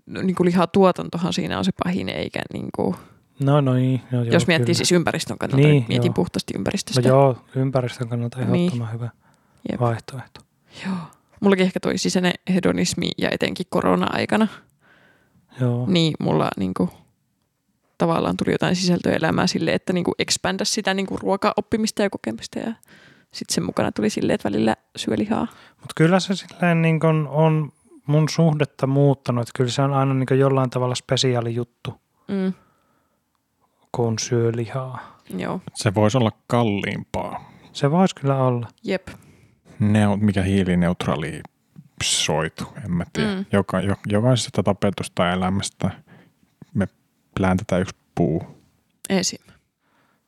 [SPEAKER 1] niin kuin lihatuotantohan siinä on se pahin, eikä niin kuin,
[SPEAKER 3] No, no niin. No, joo,
[SPEAKER 1] jos miettii
[SPEAKER 3] kyllä.
[SPEAKER 1] siis ympäristön kannalta,
[SPEAKER 3] Niin,
[SPEAKER 1] niin, mietin
[SPEAKER 3] joo.
[SPEAKER 1] puhtaasti ympäristöstä.
[SPEAKER 3] No joo, ympäristön kannalta
[SPEAKER 1] Niin.
[SPEAKER 3] ehdottoman hyvä
[SPEAKER 1] Jep.
[SPEAKER 3] vaihtoehto.
[SPEAKER 1] joo. Mullakin ehkä toi sisäinen hedonismi ja etenkin korona-aikana,
[SPEAKER 3] Joo.
[SPEAKER 1] niin mulla niin kuin, tavallaan tuli jotain sisältöä elämää sille, että niin kuin expandä sitä niin kuin ruokaoppimista ja kokemista ja sitten sen mukana tuli silleen, että välillä syö lihaa.
[SPEAKER 3] Mutta kyllä se silleen niin kun on mun suhdetta muuttanut. Että kyllä se on aina niin kun jollain tavalla spesiaali juttu,
[SPEAKER 1] Mm,
[SPEAKER 3] kun syö lihaa.
[SPEAKER 1] joo,
[SPEAKER 2] Se voisi olla kalliimpaa.
[SPEAKER 3] Se voisi kyllä olla.
[SPEAKER 1] jep.
[SPEAKER 2] Neu, mikä hiilineutraali soitu, en mä tiedä.
[SPEAKER 1] Mm.
[SPEAKER 2] Mm. Joka, jo, jokaisesta tapetusta ja elämästä me plantetään yksi puu.
[SPEAKER 1] Esim.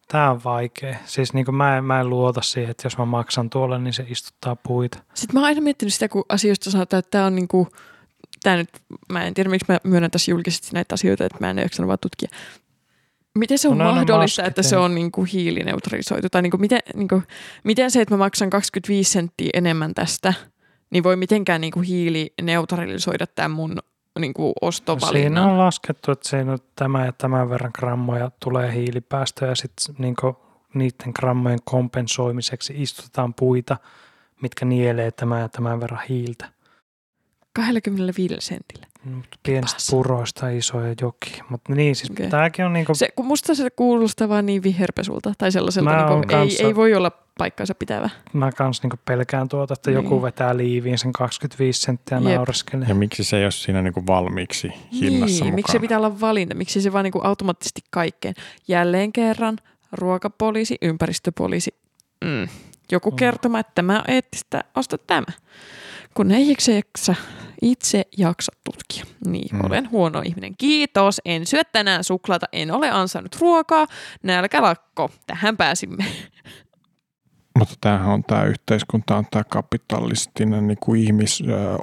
[SPEAKER 3] Tämä on vaikea. Siis niin kun mä, en, mä en luota siihen, että jos mä maksan tuolle, niin se istuttaa puita.
[SPEAKER 1] Sitten mä oon aina miettinyt sitä, kun asioista sanotaan, että tämä on niinku, tää nyt, mä en tiedä miksi mä myönnän tässä julkisesti näitä asioita, että mä en jaksanut vaan tutkia. Miten se on
[SPEAKER 3] No ne
[SPEAKER 1] no,
[SPEAKER 3] on
[SPEAKER 1] mahdollista,
[SPEAKER 3] maskit,
[SPEAKER 1] että se
[SPEAKER 3] joo.
[SPEAKER 1] on niinku hiilineutralisoitu? Tai niinku, miten, niinku, miten se, että mä maksan 25 senttiä enemmän tästä, niin voi mitenkään niinku hiilineutralisoida tämän mun niinku,
[SPEAKER 3] No siinä
[SPEAKER 1] ostovalinnan?
[SPEAKER 3] on laskettu, että siinä on tämä ja tämän verran grammoja tulee hiilipäästöjä ja sitten niin kun niiden grammojen kompensoimiseksi istutetaan puita, mitkä nielee tämän ja tämän verran hiiltä.
[SPEAKER 1] 25 sentillä.
[SPEAKER 3] No, mut Pienistä
[SPEAKER 1] Paas.
[SPEAKER 3] puroista isoja joki. Mutta niin, siis
[SPEAKER 1] Okei.
[SPEAKER 3] okay. tämäkin on niinku,
[SPEAKER 1] Se, kun musta se kuulostaa vaan niin viherpesulta tai sellaiselta,
[SPEAKER 3] Mä oon
[SPEAKER 1] niinku, ei,
[SPEAKER 3] kanssa-
[SPEAKER 1] ei voi olla paikkaansa pitävä.
[SPEAKER 3] mä kans niinku pelkään tuota, että
[SPEAKER 1] Niin.
[SPEAKER 3] joku vetää liiviin sen 25 senttiä
[SPEAKER 1] Jep.
[SPEAKER 3] naureskelee.
[SPEAKER 2] Ja miksi se ei ole siinä niinku valmiiksi hinnassa
[SPEAKER 1] niin,
[SPEAKER 2] mukana?
[SPEAKER 1] miksi se pitää olla valinta? Miksi se vaan niin kuin automaattisesti kaikkeen? Jälleen kerran ruokapoliisi, ympäristöpoliisi. Mm. Joku
[SPEAKER 2] Oh.
[SPEAKER 3] Mm.
[SPEAKER 1] kertoma, että tämä on eettistä, osta tämä. Kun ei itse jaksa, itse jaksa tutkia. Niin,
[SPEAKER 2] Mm.
[SPEAKER 1] olen huono ihminen. Kiitos, en syö tänään suklaata, en ole ansainnut ruokaa. Nälkälakko, tähän pääsimme.
[SPEAKER 2] Mutta tämähän on tämä yhteiskunta, on tämä kapitalistinen niin kuin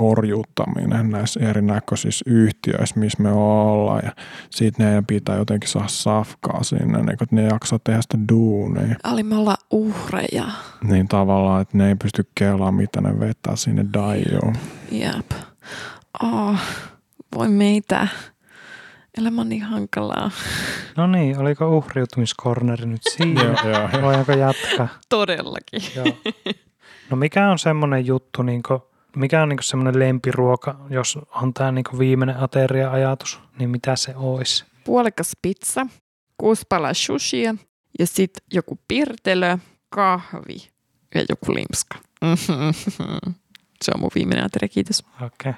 [SPEAKER 2] ihmisorjuuttaminen näissä erinäköisissä yhtiöissä, missä me ollaan. Ja siitä ne pitää jotenkin saada safkaa sinne, niin kuin, että ne jaksaa tehdä sitä duunia.
[SPEAKER 1] Ali, me ollaan uhreja.
[SPEAKER 2] Niin tavallaan, että ne ei pysty kelaamaan, mitä ne vetää sinne daijuun.
[SPEAKER 1] Jep. Oh, voi meitä. Elämä on niin hankalaa.
[SPEAKER 3] No niin, oliko uhriutumiskorneri nyt siinä?
[SPEAKER 2] joo,
[SPEAKER 3] Voidaanko jatkaa?
[SPEAKER 1] Todellakin.
[SPEAKER 3] Joo. No mikä on semmoinen juttu, niinku, mikä on niinku semmoinen lempiruoka, jos on tämä niinku viimeinen ateria-ajatus, niin mitä se olisi?
[SPEAKER 1] puolikas pizza, kuusi palaa sushia ja sitten joku pirtelö, kahvi ja joku limska. Mhm. Se on mun viimeinen ateria, kiitos.
[SPEAKER 3] Okei,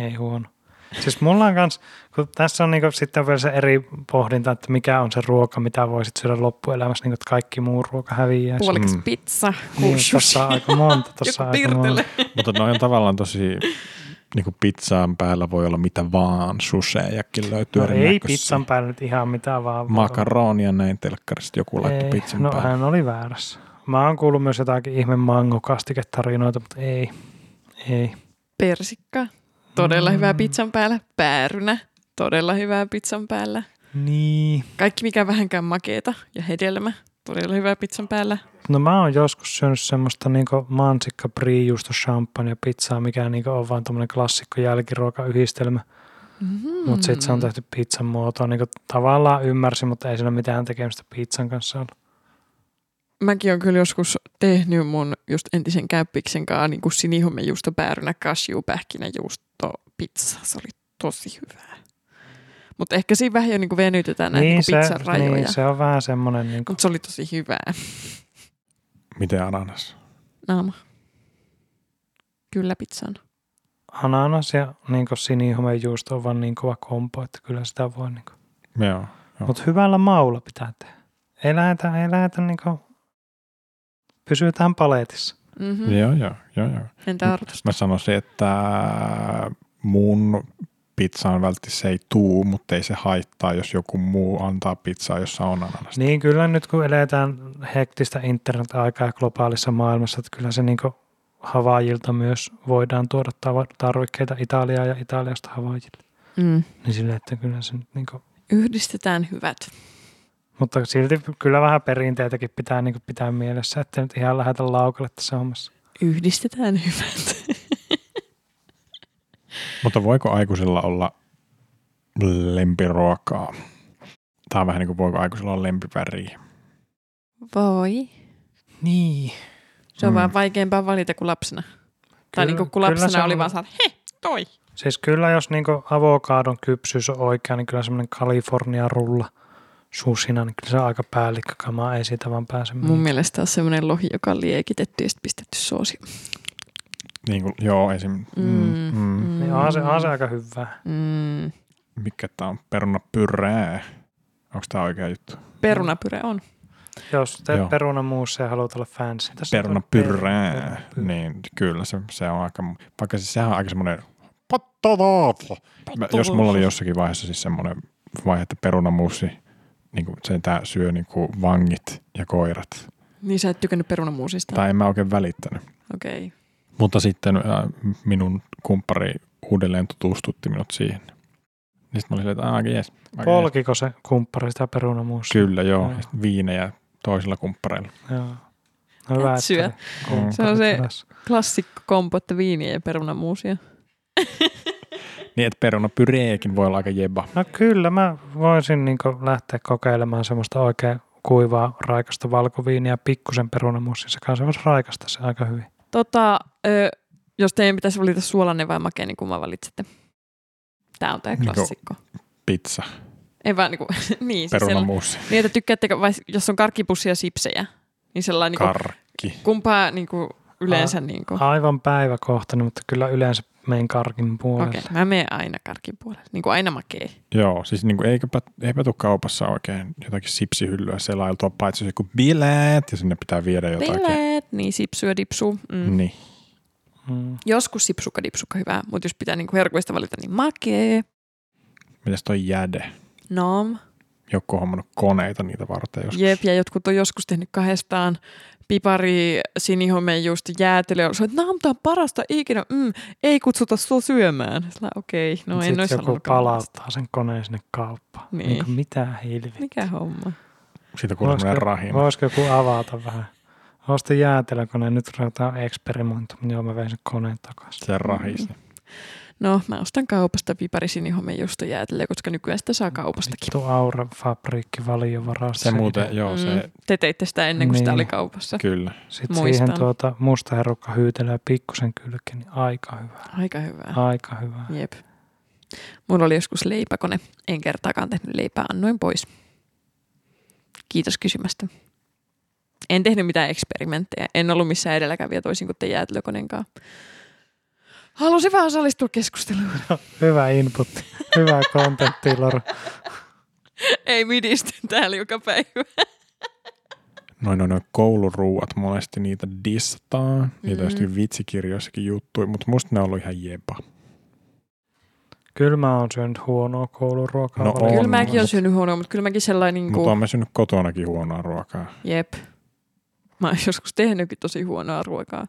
[SPEAKER 3] ei huono. Siis mulla on kans, kun tässä on niinku sitten vielä se eri pohdinta, että mikä on se ruoka, mitä voisit syödä loppuelämässä, niin että kaikki muu ruoka häviää.
[SPEAKER 1] Puolikas
[SPEAKER 2] Mm.
[SPEAKER 1] pizza,
[SPEAKER 3] Niin,
[SPEAKER 1] kuusi sushi,
[SPEAKER 3] tässä on aika monta. Tässä on
[SPEAKER 1] joku
[SPEAKER 3] aika monta. No
[SPEAKER 1] pirtelö.
[SPEAKER 2] Mutta noin on tavallaan tosi, niin kuin pizzaan päällä voi olla mitä vaan, susejakin löytyy
[SPEAKER 3] No ei
[SPEAKER 2] erinäköisiä.
[SPEAKER 3] pizzan päällä nyt ihan mitään vaan. voi olla.
[SPEAKER 2] Makaronia näin telkkarista joku laittoi
[SPEAKER 3] Ei,
[SPEAKER 2] pizzan
[SPEAKER 3] No
[SPEAKER 2] päälle.
[SPEAKER 3] hän oli väärässä. Mä oon kuullut myös jotakin ihme mangokastiketarinoita, mutta ei. Ei.
[SPEAKER 1] Persikka. Todella
[SPEAKER 3] Mm.
[SPEAKER 1] hyvää pizzan päällä. Päärynä. Todella hyvää pizzan päällä.
[SPEAKER 3] Niin.
[SPEAKER 1] Kaikki mikä vähänkään makeeta ja hedelmä. Todella hyvää pizzan päällä.
[SPEAKER 3] No mä oon joskus syönyt semmoista niinku mansikka priijuusto champagne pizzaa, mikä niinku on vaan tämmönen klassikko jälkiruokayhdistelmä.
[SPEAKER 1] Mm.
[SPEAKER 3] Mutta sitten se on tehty pizzan muotoon. Niinku tavallaan ymmärsin, mutta ei siinä ole mitään tekemistä pizzan kanssa ollut.
[SPEAKER 1] Mäkin on kyllä joskus tehnyt mun just entisen käppiksen kanssa niin kuin sinihomejuusto, päärynä, cashew, pähkinäjuusto, pizza. Se oli tosi hyvää. Mutta ehkä siinä vähän jo niin kuin venytetään näitä niin, pizzan rajoja.
[SPEAKER 3] niin,
[SPEAKER 1] Mm. Niin,
[SPEAKER 3] se on vähän semmoinen niinku,
[SPEAKER 1] Mutta se oli tosi hyvää.
[SPEAKER 2] Miten ananas?
[SPEAKER 1] Naama. Kyllä pizzan.
[SPEAKER 3] ananas ja niinku sinihomejuusto on vaan niin kova kompo, että kyllä sitä voi niinku.
[SPEAKER 2] Joo.
[SPEAKER 3] Mutta hyvällä maulla pitää tehdä. Ei lähetä, ei lähetä niinku, pysytään paletissa.
[SPEAKER 1] Mm-hmm.
[SPEAKER 2] Mm. joo, joo, joo, joo.
[SPEAKER 1] Entä arvotusta?
[SPEAKER 2] Mä sanoisin, että mun pizzaan välttämättä se ei tuu, mutta ei se haittaa, jos joku muu antaa pizzaa, jossa on ananasta.
[SPEAKER 3] Niin kyllä nyt kun eletään hektistä internet-aikaa ja globaalissa maailmassa, että kyllä se niinku Havaijilta myös voidaan tuoda tava- tarvikkeita Italiaan ja Italiasta Havaijille.
[SPEAKER 1] Mm.
[SPEAKER 3] Niin sillä, että kyllä se nyt niinku,
[SPEAKER 1] Yhdistetään hyvät.
[SPEAKER 3] mutta silti kyllä vähän perinteitäkin pitää niinku pitää mielessä, että nyt ihan lähetä laukalle tässä hommassa.
[SPEAKER 1] Yhdistetään hyvät.
[SPEAKER 2] Mutta voiko aikuisilla olla lempiruokaa? Tämä on vähän niin kuin voiko aikuisilla olla lempiväriä.
[SPEAKER 1] Voi.
[SPEAKER 3] Niin.
[SPEAKER 1] Se on
[SPEAKER 2] Mm.
[SPEAKER 1] mm. vaan vaikeampaa valita kuin lapsena. Kyllä, tai niin kuin, kun
[SPEAKER 3] se
[SPEAKER 1] lapsena
[SPEAKER 3] on-
[SPEAKER 1] oli vaan saada, he, toi.
[SPEAKER 3] Siis kyllä jos niinku avokaadon kypsyys on oikea, niin kyllä semmoinen Kalifornian rulla susina, niin kyllä se on aika päällikkökamaa, ei siitä vaan pääse
[SPEAKER 1] Mun
[SPEAKER 2] Mm.
[SPEAKER 3] mihinkään.
[SPEAKER 1] mielestä on semmoinen lohi, joka on liekitetty ja sitten pistetty soosi.
[SPEAKER 2] Niin kuin, joo, esim. Mm, mm. Mm.
[SPEAKER 3] Niin on se, on se aika hyvää.
[SPEAKER 1] Mm.
[SPEAKER 2] Mikä tämä on? Peruna pyrää. Onko tämä oikea juttu?
[SPEAKER 1] Perunapyre on.
[SPEAKER 3] Jos teet
[SPEAKER 2] Joo.
[SPEAKER 3] peruna muussa ja haluat olla fancy. Tässä on
[SPEAKER 2] Peruna
[SPEAKER 3] per-
[SPEAKER 2] pyrää.
[SPEAKER 3] per-
[SPEAKER 2] Niin, kyllä se, se on aika, vaikka siis sehän on aika semmoinen pattavaatla. Mä, jos mulla oli jossakin vaiheessa siis semmoinen vaihe, että perunamuusi, niin kuin sen tää syö niin kuin vangit ja koirat.
[SPEAKER 1] Niin sä et tykännyt perunamuusista.
[SPEAKER 2] Tai en mä oikein välittänyt.
[SPEAKER 1] Okei. Okay.
[SPEAKER 2] Mutta sitten äh, minun kumppari uudelleen tutustutti minut siihen. Niin sitten mä olin silleen, että aika jees. aika jees.
[SPEAKER 3] Polkiko se kumppari sitä peruna muussa?
[SPEAKER 2] Kyllä, joo.
[SPEAKER 3] Joo.
[SPEAKER 2] Ja sit viinejä toisilla kumppareilla.
[SPEAKER 3] Joo. No hyvä,
[SPEAKER 1] Et
[SPEAKER 3] että
[SPEAKER 1] syö.
[SPEAKER 3] oli
[SPEAKER 2] Mm.
[SPEAKER 1] Se on se-
[SPEAKER 3] tässä.
[SPEAKER 1] Klassikko kompo, että viiniä ja perunamuusia.
[SPEAKER 2] Niin, että perunapyreekin voi olla aika jeba.
[SPEAKER 3] No kyllä, mä voisin niin lähteä kokeilemaan semmoista oikein kuivaa, raikasta valkoviiniä pikkusen perunamuusin sekaan. Se voisi raikasta se aika hyvin.
[SPEAKER 1] Tota, ö, jos teidän pitäisi valita suolainen vai makea, niin kumman valitsette? Tämä on tämä
[SPEAKER 3] Niin
[SPEAKER 2] Niinku-
[SPEAKER 1] klassikko.
[SPEAKER 2] Pizza,
[SPEAKER 1] Ei vaan niinku, niin, siis sella-
[SPEAKER 2] perunamuusi,
[SPEAKER 1] Siis niin, että tykkäättekö, vai jos on karkkipussia ja sipsejä, niin sellainen niinku,
[SPEAKER 2] karkki.
[SPEAKER 1] kumpaa niinku yleensä niinku.
[SPEAKER 3] Aivan päiväkohtainen, mutta kyllä yleensä menen karkin puolelle.
[SPEAKER 1] Okei, okay, mä menen aina karkin puolelle. Niin kuin aina makee.
[SPEAKER 2] Joo, siis niin kuin, eiköpä, eipä tule kaupassa oikein jotakin sipsihyllyä selailtua, paitsi jos joku bileet ja sinne pitää viedä jotakin.
[SPEAKER 1] Bileet, niin sipsyä dipsuu. Mm.
[SPEAKER 2] Niin.
[SPEAKER 3] Mm.
[SPEAKER 1] Joskus sipsukka dipsukka hyvää, mutta jos pitää niinku herkuista valita, niin makee,
[SPEAKER 2] Mitäs toi jäde?
[SPEAKER 1] nom,
[SPEAKER 2] Joku on hommannut koneita niitä varten joskus.
[SPEAKER 1] jep, ja jotkut on joskus tehnyt kahdestaan pipari, sinihomeen just jäätelö. Se on, että nom, tää on parasta ikinä, mm, ei kutsuta sua syömään. Sillä, Okei, okay, no en
[SPEAKER 3] Sitten
[SPEAKER 1] olisi
[SPEAKER 3] joku
[SPEAKER 1] halunnutkaan vastata.
[SPEAKER 3] palauttaa sen koneen sinne kauppaan.
[SPEAKER 1] Niin.
[SPEAKER 3] Niin. niin
[SPEAKER 2] niinku
[SPEAKER 3] kuin, mitä helvi.
[SPEAKER 1] Mikä homma?
[SPEAKER 2] Siitä kuuluu
[SPEAKER 3] Voisiko-
[SPEAKER 2] semmoinen rahina.
[SPEAKER 3] Voisiko joku avata vähän? Osti jäätelökone, nyt ruvetaan eksperimentoimaan. Joo, mä vein sen koneen takaisin.
[SPEAKER 2] Se rahisi.
[SPEAKER 1] Mm. No, mä ostan kaupasta pipari sinihomeen just jäätelö, koska nykyään sitä saa kaupastakin.
[SPEAKER 3] Vittu Aura Fabriikki valiovarassa.
[SPEAKER 2] Se muuten, joo, se
[SPEAKER 1] Mm, te teitte sitä ennen kuin niin. sitä
[SPEAKER 3] Niin.
[SPEAKER 1] oli kaupassa.
[SPEAKER 2] kyllä.
[SPEAKER 3] Sitten
[SPEAKER 1] muistan.
[SPEAKER 3] siihen tuota musta herukka hyytelöä pikkusen kylki, niin aika hyvä.
[SPEAKER 1] Aika hyvää.
[SPEAKER 3] Aika hyvä.
[SPEAKER 1] Jep. Mulla oli joskus leipäkone. En kertaakaan tehnyt leipää, annoin pois. Kiitos kysymästä. En tehnyt mitään eksperimenttejä. En ollut missään edelläkävijä toisin kuin te jäätelökoneenkaan. Halusin vaan osallistua keskusteluun.
[SPEAKER 3] Hyvä inputti. Hyvä kontentti, Laura.
[SPEAKER 1] Ei midistä täällä joka päivä.
[SPEAKER 2] Noin, noin, noin kouluruuat, monesti niitä dissataan. Niitä
[SPEAKER 1] Mm.
[SPEAKER 2] mm. jostain vitsikirjoissakin juttuja, mutta musta ne on ollut ihan jeba.
[SPEAKER 3] Kyllä mä oon syönyt huonoa kouluruokaa.
[SPEAKER 2] No
[SPEAKER 3] valitettavasti.
[SPEAKER 1] kyllä mäkin olen
[SPEAKER 2] mut-
[SPEAKER 1] Niinku- syönyt huonoa, mutta kyllä mäkin sellainen... Niin
[SPEAKER 2] Mutta
[SPEAKER 1] kuin,
[SPEAKER 2] on mä syönyt kotonakin huonoa ruokaa.
[SPEAKER 1] jep. Mä oon joskus tehnytkin tosi huonoa ruokaa.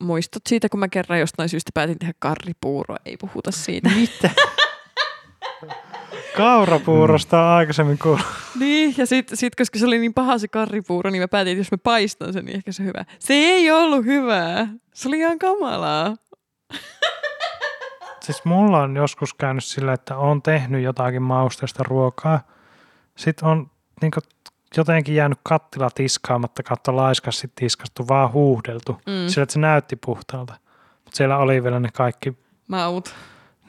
[SPEAKER 1] Muistat siitä, kun mä kerran jostain syystä päätin tehdä karripuuroa, ei puhuta siitä.
[SPEAKER 3] Mitä? Kaurapuurosta on aikaisemmin kuullut.
[SPEAKER 1] niin, ja sitten sit, koska se oli niin paha se karripuuro, niin mä päätin, että jos mä paistan sen, niin ehkä se on hyvä. Se ei ollut hyvää. Se oli ihan kamalaa.
[SPEAKER 3] Siis mulla on joskus käynyt sillä, että on tehnyt jotakin mausteista ruokaa. Sitten on niin jotenkin jäänyt kattila tiskaamatta kautta laiskasti tiskattu, vaan huuhdeltu.
[SPEAKER 1] Mm.
[SPEAKER 3] Mm. Sillä, että se näytti puhtaalta. Mutta siellä oli vielä ne kaikki.
[SPEAKER 1] Maut.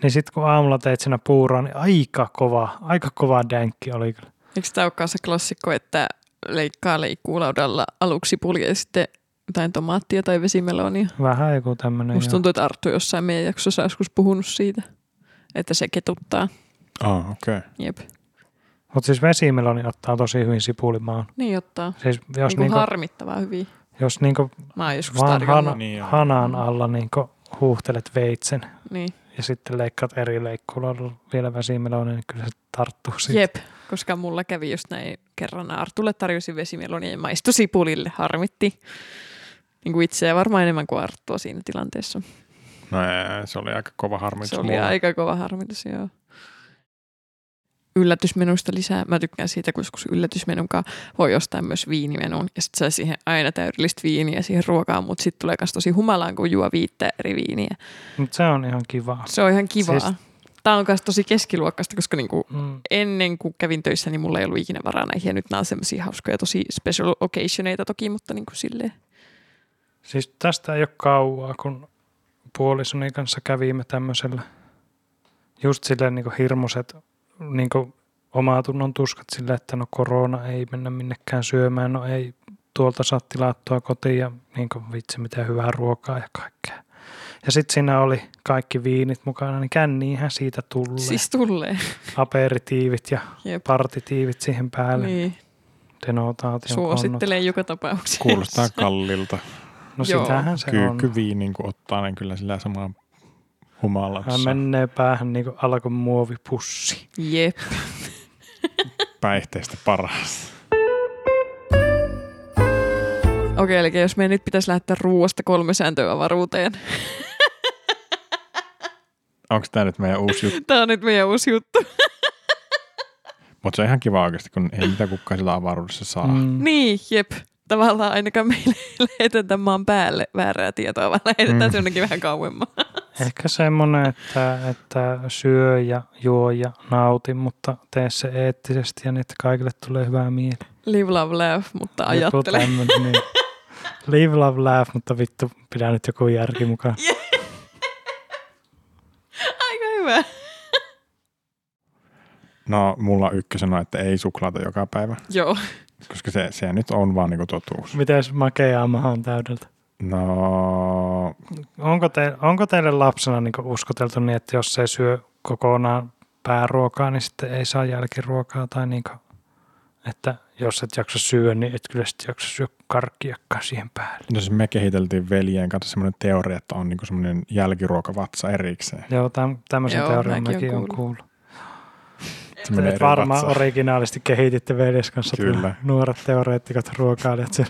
[SPEAKER 3] Niin sitten kun aamulla teit siinä puuroa, niin aika kova, aika kova dänkki oli kyllä.
[SPEAKER 1] Eikö tämä olekaan se klassikko, että leikkaa leikkuulaudalla aluksi pulje sitten jotain tomaattia tai vesimelonia?
[SPEAKER 3] Vähän joku tämmöinen.
[SPEAKER 1] Musta tuntuu, että Arttu jossain meidän jaksossa on joskus puhunut siitä, että se ketuttaa.
[SPEAKER 2] Ah, okei. Okay.
[SPEAKER 1] Jep.
[SPEAKER 3] Mutta siis vesimeloni ottaa tosi hyvin sipulimaan.
[SPEAKER 1] Niin ottaa.
[SPEAKER 3] Siis jos,
[SPEAKER 1] Jos niin
[SPEAKER 3] niinku, har-
[SPEAKER 1] harmittavaa hyvin.
[SPEAKER 3] jos niinku
[SPEAKER 1] Mä oon joskus
[SPEAKER 3] vaan hana,
[SPEAKER 1] tarjonnut.
[SPEAKER 2] Niin joo.
[SPEAKER 3] hanan alla niinku huuhtelet veitsen
[SPEAKER 1] Niin.
[SPEAKER 3] ja sitten leikkaat eri leikkuulla vielä vesimelonin, niin kyllä se tarttuu siitä.
[SPEAKER 1] Jep, koska mulla kävi just näin kerran. Artulle tarjosin vesimelonia ja maistui sipulille. Harmitti. Niin kuin itseä varmaan enemmän kuin Arttua siinä tilanteessa.
[SPEAKER 2] No ei, se oli aika kova harmitus
[SPEAKER 1] Se oli
[SPEAKER 2] mulle.
[SPEAKER 1] aika kova harmitus, joo. Yllätysmenusta lisää. Mä tykkään siitä, kun joskus yllätysmenun kanssa voi ostaa myös viinimenun. Ja sitten saa siihen aina täydellistä viiniä siihen ruokaan, mutta sitten tulee myös tosi humalaan, kun juo viittä eri viiniä.
[SPEAKER 3] Mutta se on ihan kivaa.
[SPEAKER 1] Se on ihan kivaa.
[SPEAKER 3] Siis-
[SPEAKER 1] Siis... Tämä on myös tosi keskiluokkaista, koska niinku
[SPEAKER 3] Mm.
[SPEAKER 1] ennen kuin kävin töissä, niin mulla ei ollut ikinä varaa näihin. Ja nyt nämä on semmoisia hauskoja, tosi special occasioneita toki, mutta niinku silleen.
[SPEAKER 3] Siis tästä ei ole kauaa, kun puolisoni kanssa kävimme tämmöisellä just silleen niin hirmuiset niin omaa tunnon tuskat sillä, että no korona ei mennä minnekään syömään, no ei tuolta saa tilattua kotiin ja niin vitsi mitä hyvää ruokaa ja kaikkea. Ja sitten siinä oli kaikki viinit mukana, niin känniinhän siitä tulee. Siis...
[SPEAKER 1] Siis tulee.
[SPEAKER 3] Aperitiivit ja
[SPEAKER 1] Jep.
[SPEAKER 3] partitiivit siihen päälle. Niin.
[SPEAKER 1] Niin.
[SPEAKER 3] Denotaation konnut.
[SPEAKER 1] Suosittelen joka tapauksessa.
[SPEAKER 2] Kuulostaa kallilta.
[SPEAKER 3] No
[SPEAKER 1] Joo.
[SPEAKER 3] sitähän se on.
[SPEAKER 2] Kyykkyviinin kun ottaa, niin kyllä sillä samaan
[SPEAKER 3] Hän
[SPEAKER 2] humalassa
[SPEAKER 3] menee päähän niin kuin alkoi muovipussi.
[SPEAKER 1] Jep.
[SPEAKER 2] päihteistä paras.
[SPEAKER 1] Okei, eli jos meidän nyt pitäisi lähettää ruoasta kolme sääntöä avaruuteen.
[SPEAKER 2] Onko tämä nyt meidän uusi juttu?
[SPEAKER 1] Tämä on nyt meidän uusi juttu.
[SPEAKER 2] Mutta se on ihan kiva oikeasti, kun ei mitä kukaan sillä avaruudessa saa. Mm.
[SPEAKER 3] Mm.
[SPEAKER 1] Niin, jep. Tavallaan ainakaan meille ei lähetetä maan päälle väärää tietoa, vaan lähetetään
[SPEAKER 2] Mm.
[SPEAKER 1] mm. jonnekin vähän kauemmas.
[SPEAKER 3] Ehkä semmoinen, että, että syö ja juo ja nauti, mutta tee se eettisesti ja niin, että kaikille tulee hyvää mieli.
[SPEAKER 1] Live, love, laugh, mutta
[SPEAKER 3] Joku
[SPEAKER 1] ajattele.
[SPEAKER 3] tämmönen, niin. Live, love, laugh, mutta vittu, pidä nyt joku järki mukaan.
[SPEAKER 1] Aika hyvä.
[SPEAKER 2] No, mulla ykkösenä, on, että ei suklaata joka päivä,
[SPEAKER 1] Joo.
[SPEAKER 2] koska se, se nyt on vaan niinku totuus.
[SPEAKER 3] Mites makeaa mahan täydeltä?
[SPEAKER 2] No,
[SPEAKER 3] Onko, te, onko teille lapsena niin uskoteltu niin, että jos ei syö kokonaan pääruokaa, niin sitten ei saa jälkiruokaa tai niin kuin, että jos et jaksa syödä, niin et kyllä sitten jaksa syödä karkkiakkaa siihen päälle.
[SPEAKER 2] no siis me kehiteltiin veljen kanssa semmoinen teoria, että on niinku semmoinen jälkiruokavatsa erikseen.
[SPEAKER 3] Joo, täm, tämmöisen
[SPEAKER 1] Joo,
[SPEAKER 3] teorian
[SPEAKER 1] mäkin oon
[SPEAKER 3] mäkin on
[SPEAKER 1] kuullut.
[SPEAKER 3] kuullut.
[SPEAKER 2] Se
[SPEAKER 3] Te
[SPEAKER 2] menee
[SPEAKER 3] et
[SPEAKER 2] eri
[SPEAKER 3] varmaan
[SPEAKER 2] vatsaan.
[SPEAKER 3] originaalisti kehititte veljes kanssa
[SPEAKER 2] Kyllä.
[SPEAKER 3] kyllä. nuoret teoreettikot ruokailijat sen.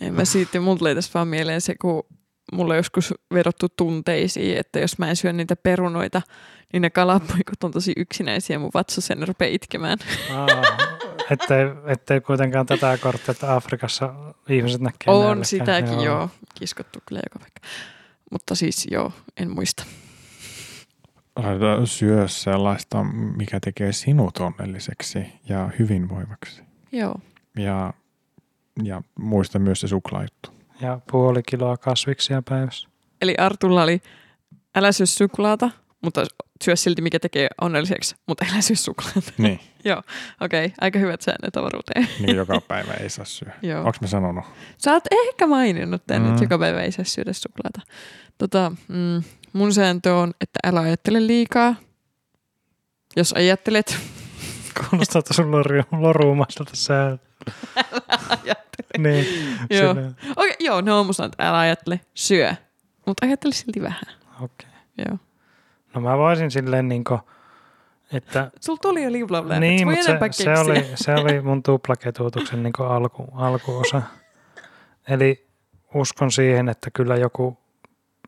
[SPEAKER 1] En mä siitä, mulle tuli tässä vaan mieleen se, kun mulle joskus vedottu tunteisiin, että jos mä en syö niitä perunoita, niin ne kalapuikot on tosi yksinäisiä ja mun vatsa sen rupeaa itkemään.
[SPEAKER 3] ettei, ettei kuitenkaan tätä korttia, että Afrikassa ihmiset näkee
[SPEAKER 1] On
[SPEAKER 3] nälkää.
[SPEAKER 1] sitäkin, joo. joo. Kiskottu kyllä joka paikka. Mutta siis joo, en muista.
[SPEAKER 2] Älä Syö sellaista, mikä tekee sinut onnelliseksi ja hyvinvoivaksi.
[SPEAKER 1] Joo.
[SPEAKER 2] Ja, ja muista myös se suklaajuttu.
[SPEAKER 3] Ja puoli kiloa kasviksia päivässä.
[SPEAKER 1] Eli Artulla oli älä syö suklaata, mutta syö silti mikä tekee onnelliseksi, mutta älä syö suklaata.
[SPEAKER 2] Niin,
[SPEAKER 1] Okei, okay, aika hyvät säännöt avaruuteen.
[SPEAKER 2] niin kuin joka päivä ei saa syödä.
[SPEAKER 1] joo.
[SPEAKER 2] Onko mä sanonut?
[SPEAKER 1] Sä oot ehkä maininnut tämän, mm.
[SPEAKER 2] Mm.
[SPEAKER 1] että joka päivä ei saa syödä suklaata. Tota, mm, mun sääntö on, että älä ajattele liikaa. Jos ajattelet,
[SPEAKER 3] Kuulostaa, että sun lori, loruumaiselta sää.
[SPEAKER 1] ajattele.
[SPEAKER 3] Niin,
[SPEAKER 1] Joo.
[SPEAKER 3] sinä-
[SPEAKER 1] Okei, joo, no mun sanat, älä ajattele, syö. Mutta ajattele silti vähän.
[SPEAKER 3] Okei.
[SPEAKER 1] Joo.
[SPEAKER 3] No mä voisin silleen niin kuin, että...
[SPEAKER 1] Sulla tuli jo liivlavlää,
[SPEAKER 3] niin,
[SPEAKER 1] voi
[SPEAKER 3] mutta
[SPEAKER 1] enempää
[SPEAKER 3] se, se,
[SPEAKER 1] keksiä.
[SPEAKER 3] oli, se oli mun tuplaketuutuksen niin alku, alkuosa. Eli uskon siihen, että kyllä joku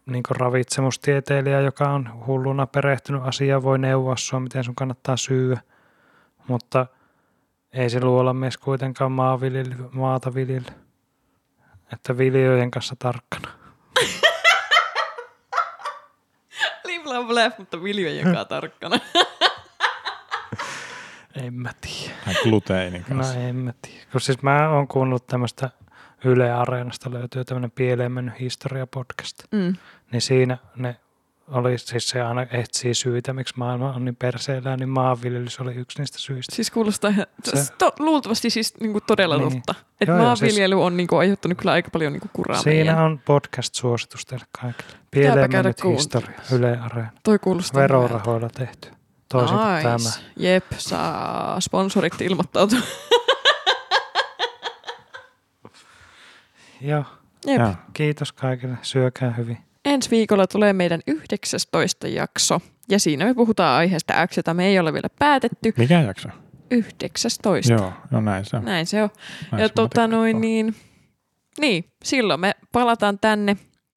[SPEAKER 3] niin ravitsemustieteilijä, joka on hulluna perehtynyt asiaan, voi neuvoa sua, miten sun kannattaa syyä. Mutta ei se luola mies kuitenkaan maaviljely, maata viljellä. Että viljojen kanssa tarkkana.
[SPEAKER 1] Live, love, laugh, mutta viljo joka tarkkana.
[SPEAKER 3] En mä tiedä.
[SPEAKER 2] Hän gluteinin kanssa.
[SPEAKER 3] No en mä tiedä. Kun siis mä oon kuunnellut tämmöistä Yle Areenasta löytyy tämmöinen pieleen mennyt historiapodcast.
[SPEAKER 1] Mm.
[SPEAKER 3] Niin siinä ne oli, siis se aina etsii syitä, miksi maailma on niin perseellään, niin maanviljelys oli yksi niistä syistä.
[SPEAKER 1] Siis kuulostaa ihan,
[SPEAKER 3] Se-
[SPEAKER 1] to, luultavasti siis niinku todella
[SPEAKER 3] Niin.
[SPEAKER 1] niin. totta. Että
[SPEAKER 3] Joo, joo, siis-
[SPEAKER 1] maanviljely on niinku aiheuttanut kyllä aika paljon niinku kuraa meidän.
[SPEAKER 3] Siinä on podcast-suositus teille kaikille. Pieleen
[SPEAKER 1] käydä
[SPEAKER 3] mennyt historia,
[SPEAKER 1] kuuntelemassa.
[SPEAKER 3] Yle Areena.
[SPEAKER 1] Toi kuulostaa hyvältä.
[SPEAKER 3] Verorahoilla tehty. Toisin kuin
[SPEAKER 1] nice.
[SPEAKER 3] tämä.
[SPEAKER 1] Jep, saa sponsorit ilmoittautua.
[SPEAKER 3] Joo,
[SPEAKER 1] Jep.
[SPEAKER 2] Joo.
[SPEAKER 3] kiitos kaikille. Syökää hyvin.
[SPEAKER 1] Ensi viikolla tulee meidän 19 jakso. Ja siinä me puhutaan aiheesta X, jota me ei ole vielä päätetty.
[SPEAKER 2] Mikä jakso?
[SPEAKER 1] 19.
[SPEAKER 2] Joo, no näin se on.
[SPEAKER 1] Näin se on.
[SPEAKER 2] Näin
[SPEAKER 1] Ja
[SPEAKER 2] se matikka
[SPEAKER 1] tota noin
[SPEAKER 2] on.
[SPEAKER 1] niin, niin, silloin me palataan tänne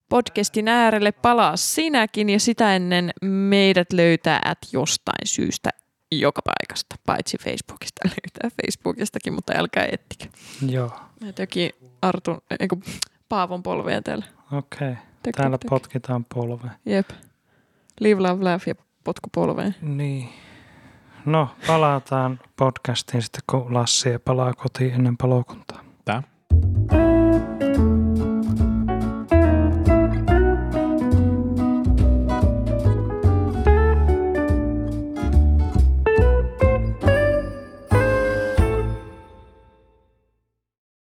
[SPEAKER 1] podcastin äärelle. Palaa sinäkin ja sitä ennen meidät löytää at jostain syystä joka paikasta. Paitsi Facebookista löytää Facebookistakin, mutta älkää ettikö.
[SPEAKER 3] Joo,
[SPEAKER 1] Me töki Artun, ei kun Paavon polvea täällä.
[SPEAKER 3] okei. Okay.
[SPEAKER 1] Tök,
[SPEAKER 3] Täällä
[SPEAKER 1] tök, tök.
[SPEAKER 3] potkitaan polve.
[SPEAKER 1] Jep. Live, love, laugh ja potku polveen.
[SPEAKER 3] Niin. No, palataan podcastiin sitten, kun Lassi ei palaa kotiin ennen palokuntaa.